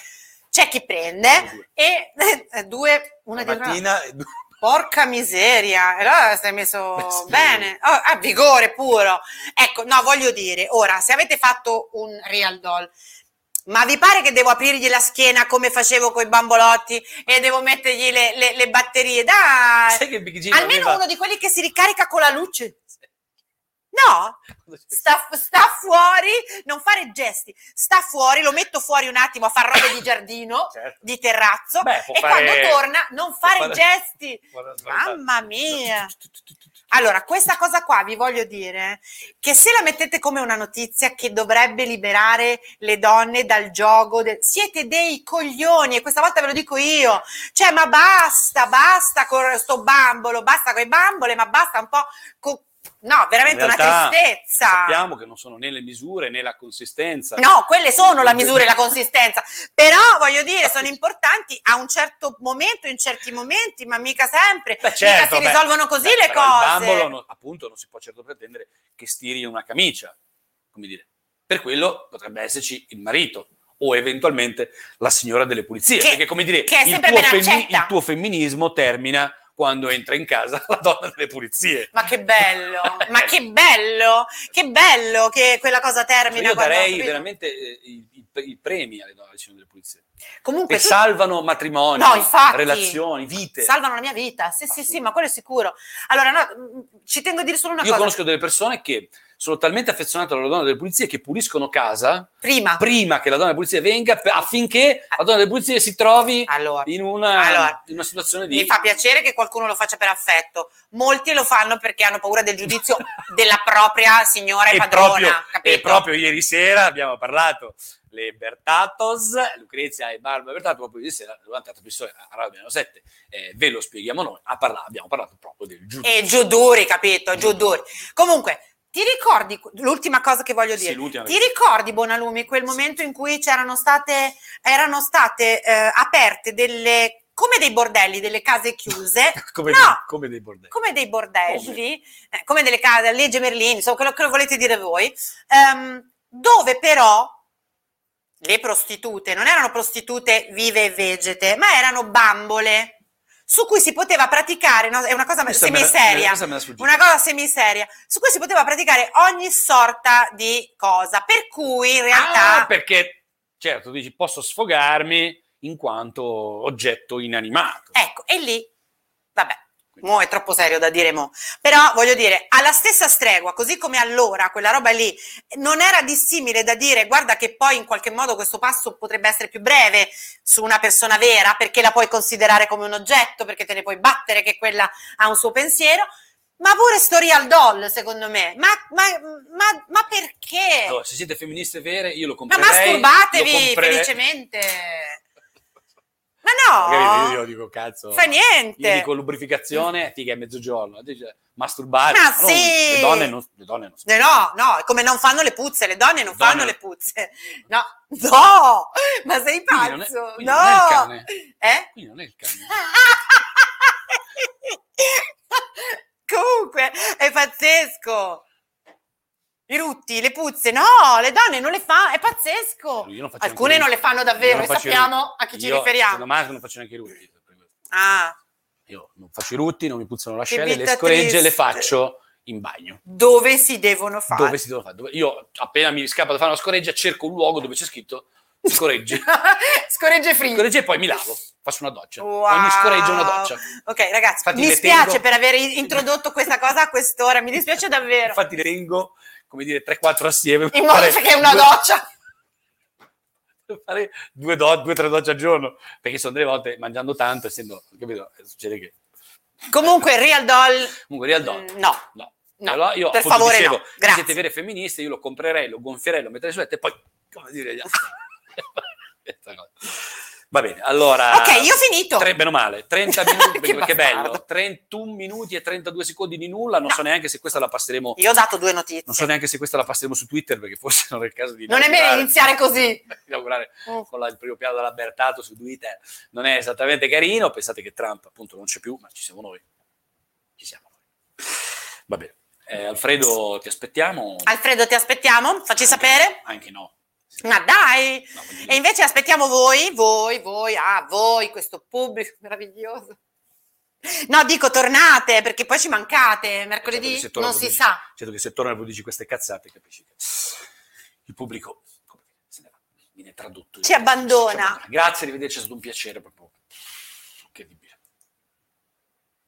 Speaker 1: c'è chi prende e eh, due, una
Speaker 2: una
Speaker 1: dietro l'altra.
Speaker 2: mattina e due-
Speaker 1: Porca miseria, e allora stai messo
Speaker 2: Beh, [laughs] sì.
Speaker 1: bene, Oh, a vigore puro. Ecco, no, voglio dire, ora, se avete fatto un real doll, ma vi pare che devo aprirgli la schiena come facevo con i bambolotti e devo mettergli le, le- le batterie? Dai,
Speaker 2: [laughs] sai che Big G
Speaker 1: almeno
Speaker 2: aveva-
Speaker 1: uno di quelli che si ricarica con la luce. No,
Speaker 2: [laughs] Certo.
Speaker 1: sta, sta fuori, non fare gesti, sta fuori, lo metto fuori un attimo a fare robe di giardino,
Speaker 2: Certo.
Speaker 1: di terrazzo
Speaker 2: Beh, può
Speaker 1: e
Speaker 2: fare-
Speaker 1: quando torna non
Speaker 2: può
Speaker 1: fare
Speaker 2: fare-
Speaker 1: gesti.
Speaker 2: [laughs] Guarda, guarda.
Speaker 1: Mamma
Speaker 2: [laughs]
Speaker 1: mia! Allora, questa cosa qua vi voglio dire che se la mettete come una notizia che dovrebbe liberare le donne dal gioco, del- siete dei coglioni e questa volta ve lo dico io. Cioè, ma basta, basta con sto bambolo, basta con le bambole, ma basta un po' co- No, veramente
Speaker 2: In realtà
Speaker 1: una tristezza.
Speaker 2: sappiamo che non sono né le misure né la consistenza
Speaker 1: No, quelle sono la misura e la consistenza, però voglio dire, sono importanti a un certo momento, in certi momenti, ma mica sempre.
Speaker 2: Beh,
Speaker 1: mica
Speaker 2: certo,
Speaker 1: si
Speaker 2: beh,
Speaker 1: risolvono così
Speaker 2: beh,
Speaker 1: le
Speaker 2: però
Speaker 1: cose.
Speaker 2: Il bambolo, non- appunto, non si può certo pretendere che stiri una camicia, come dire. Per quello potrebbe esserci il marito o eventualmente la signora delle pulizie,
Speaker 1: Che-
Speaker 2: perché come dire,
Speaker 1: che è
Speaker 2: il,
Speaker 1: sempre
Speaker 2: tuo
Speaker 1: ben accetta.
Speaker 2: il tuo femminismo termina quando entra in casa la donna delle pulizie.
Speaker 1: Ma che
Speaker 2: [laughs]
Speaker 1: bello, ma che bello, che bello che quella cosa termina.
Speaker 2: Io
Speaker 1: quando-
Speaker 2: darei
Speaker 1: capito?
Speaker 2: veramente eh, i, i- i premi alle donne alle signore delle pulizie,
Speaker 1: Comunque,
Speaker 2: che
Speaker 1: tu-
Speaker 2: salvano matrimoni,
Speaker 1: No, infatti.
Speaker 2: relazioni, vite.
Speaker 1: salvano la mia vita. Sì, sì, sì, ma quello è sicuro. Allora, no, mh, ci tengo a dire solo una
Speaker 2: Io
Speaker 1: cosa.
Speaker 2: conosco delle persone che sono talmente affezionate alla donna delle pulizie che puliscono casa
Speaker 1: Prima,
Speaker 2: prima che la donna delle pulizie venga
Speaker 1: Ah.
Speaker 2: pe- affinché la donna delle pulizie si trovi
Speaker 1: allora,
Speaker 2: in una,
Speaker 1: Allora,
Speaker 2: in una situazione di
Speaker 1: mi fa piacere che qualcuno lo faccia per affetto. Molti lo fanno perché hanno paura del giudizio della propria signora e
Speaker 2: e
Speaker 1: padrona.
Speaker 2: proprio,
Speaker 1: capito?
Speaker 2: e proprio ieri sera abbiamo parlato le Bertatos, Lucrezia e Barbara Bertato proprio ieri sera durante la trasmissione a Radio 7 eh, ve lo spieghiamo noi a parla- abbiamo parlato proprio del giudizio
Speaker 1: E giù duri, capito? Giù duri. Comunque, ti ricordi, l'ultima cosa che voglio
Speaker 2: Sì,
Speaker 1: dire,
Speaker 2: l'ultima
Speaker 1: ti ricordi, Bonalumi, quel momento in cui c'erano state, erano state eh, aperte delle, come dei bordelli, delle case
Speaker 2: [laughs]
Speaker 1: chiuse,
Speaker 2: [laughs] come,
Speaker 1: No!
Speaker 2: dei, come dei bordelli
Speaker 1: come dei bordelli, eh, come delle case, legge Merlini, insomma, quello che lo volete dire voi, ehm, dove però le prostitute non erano prostitute vive e vegete, ma erano bambole. su cui si poteva praticare, no? è una cosa
Speaker 2: Questa me la-
Speaker 1: semiseria,
Speaker 2: questa me la sfuggita.
Speaker 1: una cosa semiseria, su cui si poteva praticare ogni sorta di cosa, per cui in realtà...
Speaker 2: Ah, perché, certo, dici posso sfogarmi in quanto oggetto inanimato.
Speaker 1: Ecco, e lì, vabbè, mo è troppo serio da dire mo. Però voglio dire, alla stessa stregua, così come allora, quella roba lì, non era dissimile da dire, guarda che poi in qualche modo questo passo potrebbe essere più breve su una persona vera, perché la puoi considerare come un oggetto, perché te ne puoi battere che quella ha un suo pensiero. Ma pure Storial Doll, secondo me. Ma, ma- ma- ma perché?
Speaker 2: Allora, se siete femministe vere, io lo
Speaker 1: Eh. ma
Speaker 2: comprerei. lo
Speaker 1: masturbatevi
Speaker 2: comprerei- [laughs]
Speaker 1: felicemente. Ma
Speaker 2: Magari
Speaker 1: no,
Speaker 2: io dico cazzo.
Speaker 1: fa niente. Mm.
Speaker 2: Io dico lubrificazione, figa, è mezzogiorno. Dice, masturbare.
Speaker 1: Ma
Speaker 2: non-
Speaker 1: sì!
Speaker 2: le donne non, le donne non si-
Speaker 1: Eh, No, no, è come non fanno le puzze, le donne non
Speaker 2: Donne.
Speaker 1: fanno le puzze. No, no, ma sei
Speaker 2: Quindi non è-
Speaker 1: pazzo?
Speaker 2: quindi
Speaker 1: no,
Speaker 2: non è il cane. [laughs]
Speaker 1: eh?
Speaker 2: Quindi non è il cane.
Speaker 1: Comunque, è pazzesco. I rutti, le puzze, no, le donne non le fanno, è pazzesco.
Speaker 2: Io non faccio
Speaker 1: Alcune non
Speaker 2: neanche
Speaker 1: le fanno davvero,
Speaker 2: Io non
Speaker 1: e
Speaker 2: faccio i
Speaker 1: sappiamo a chi ci
Speaker 2: Io,
Speaker 1: riferiamo.
Speaker 2: secondo me, non faccio neanche i rutti.
Speaker 1: Ah,
Speaker 2: Io non faccio i rutti, non mi puzzano le
Speaker 1: Che
Speaker 2: ascelle, le
Speaker 1: vita
Speaker 2: scoregge le
Speaker 1: triste.
Speaker 2: faccio in bagno.
Speaker 1: dove si devono fare? [laughs]
Speaker 2: Dove si devono fare? Dove- Io appena mi scappa da fare una scoreggia cerco un luogo dove c'è scritto scoreggi.
Speaker 1: Scoregge [laughs] free.
Speaker 2: scoreggia e poi mi lavo, faccio una doccia.
Speaker 1: Wow.
Speaker 2: Ogni scoreggio una doccia.
Speaker 1: Ok, ragazzi,
Speaker 2: Infatti
Speaker 1: mi
Speaker 2: le
Speaker 1: spiace
Speaker 2: tengo-
Speaker 1: per aver introdotto questa cosa a quest'ora, mi dispiace davvero.
Speaker 2: Infatti le tengo, come dire, 3-4 assieme. per
Speaker 1: In modo
Speaker 2: fare
Speaker 1: che una
Speaker 2: due-
Speaker 1: doccia.
Speaker 2: [laughs] per fare due, do- due, tre docce al giorno. Perché sono delle volte mangiando tanto, essendo, capito, succede che...
Speaker 1: Comunque, Real Doll,
Speaker 2: Comunque, Rialdo,
Speaker 1: mm, no.
Speaker 2: no.
Speaker 1: No,
Speaker 2: Allora io
Speaker 1: per
Speaker 2: appunto
Speaker 1: favore
Speaker 2: dicevo,
Speaker 1: no,
Speaker 2: se
Speaker 1: grazie.
Speaker 2: siete vere femministe, io lo comprerei, lo gonfierei, lo metterei sulle e poi, come dire, gli-
Speaker 1: [laughs]
Speaker 2: Questa cosa. Va bene, allora...
Speaker 1: Ok, io ho finito.
Speaker 2: Tre, meno male,
Speaker 1: [laughs]
Speaker 2: 30 minuti,
Speaker 1: Che
Speaker 2: perché, che
Speaker 1: bastardo.
Speaker 2: bello, 31 minuti e 32 secondi di nulla, non
Speaker 1: No.
Speaker 2: so neanche se questa la passeremo...
Speaker 1: Io ho dato due notizie.
Speaker 2: Non so neanche se questa la passeremo su Twitter perché forse non è il caso di...
Speaker 1: Non è meglio
Speaker 2: inaugurare-
Speaker 1: iniziare
Speaker 2: [laughs]
Speaker 1: così.
Speaker 2: inaugurare con la- il primo piano della Bertato su Twitter non è esattamente carino. Pensate che Trump appunto non c'è più, ma ci siamo noi. Ci siamo noi. Va bene. Eh, Alfredo, ti aspettiamo.
Speaker 1: Alfredo, ti aspettiamo, facci sapere.
Speaker 2: Anche no.
Speaker 1: Ma dai!
Speaker 2: No, voglio dire,
Speaker 1: E invece aspettiamo voi, voi, voi, ah, voi, questo pubblico meraviglioso. No, dico tornate perché poi ci mancate mercoledì,
Speaker 2: certo che se torna
Speaker 1: non si
Speaker 2: poi dici-
Speaker 1: sa.
Speaker 2: Certo che se torna e poi dici queste cazzate, capisci che il pubblico come dire, se ne va, viene tradotto.
Speaker 1: Ci abbandona.
Speaker 2: Grazie, arrivederci, è stato un piacere proprio. Che di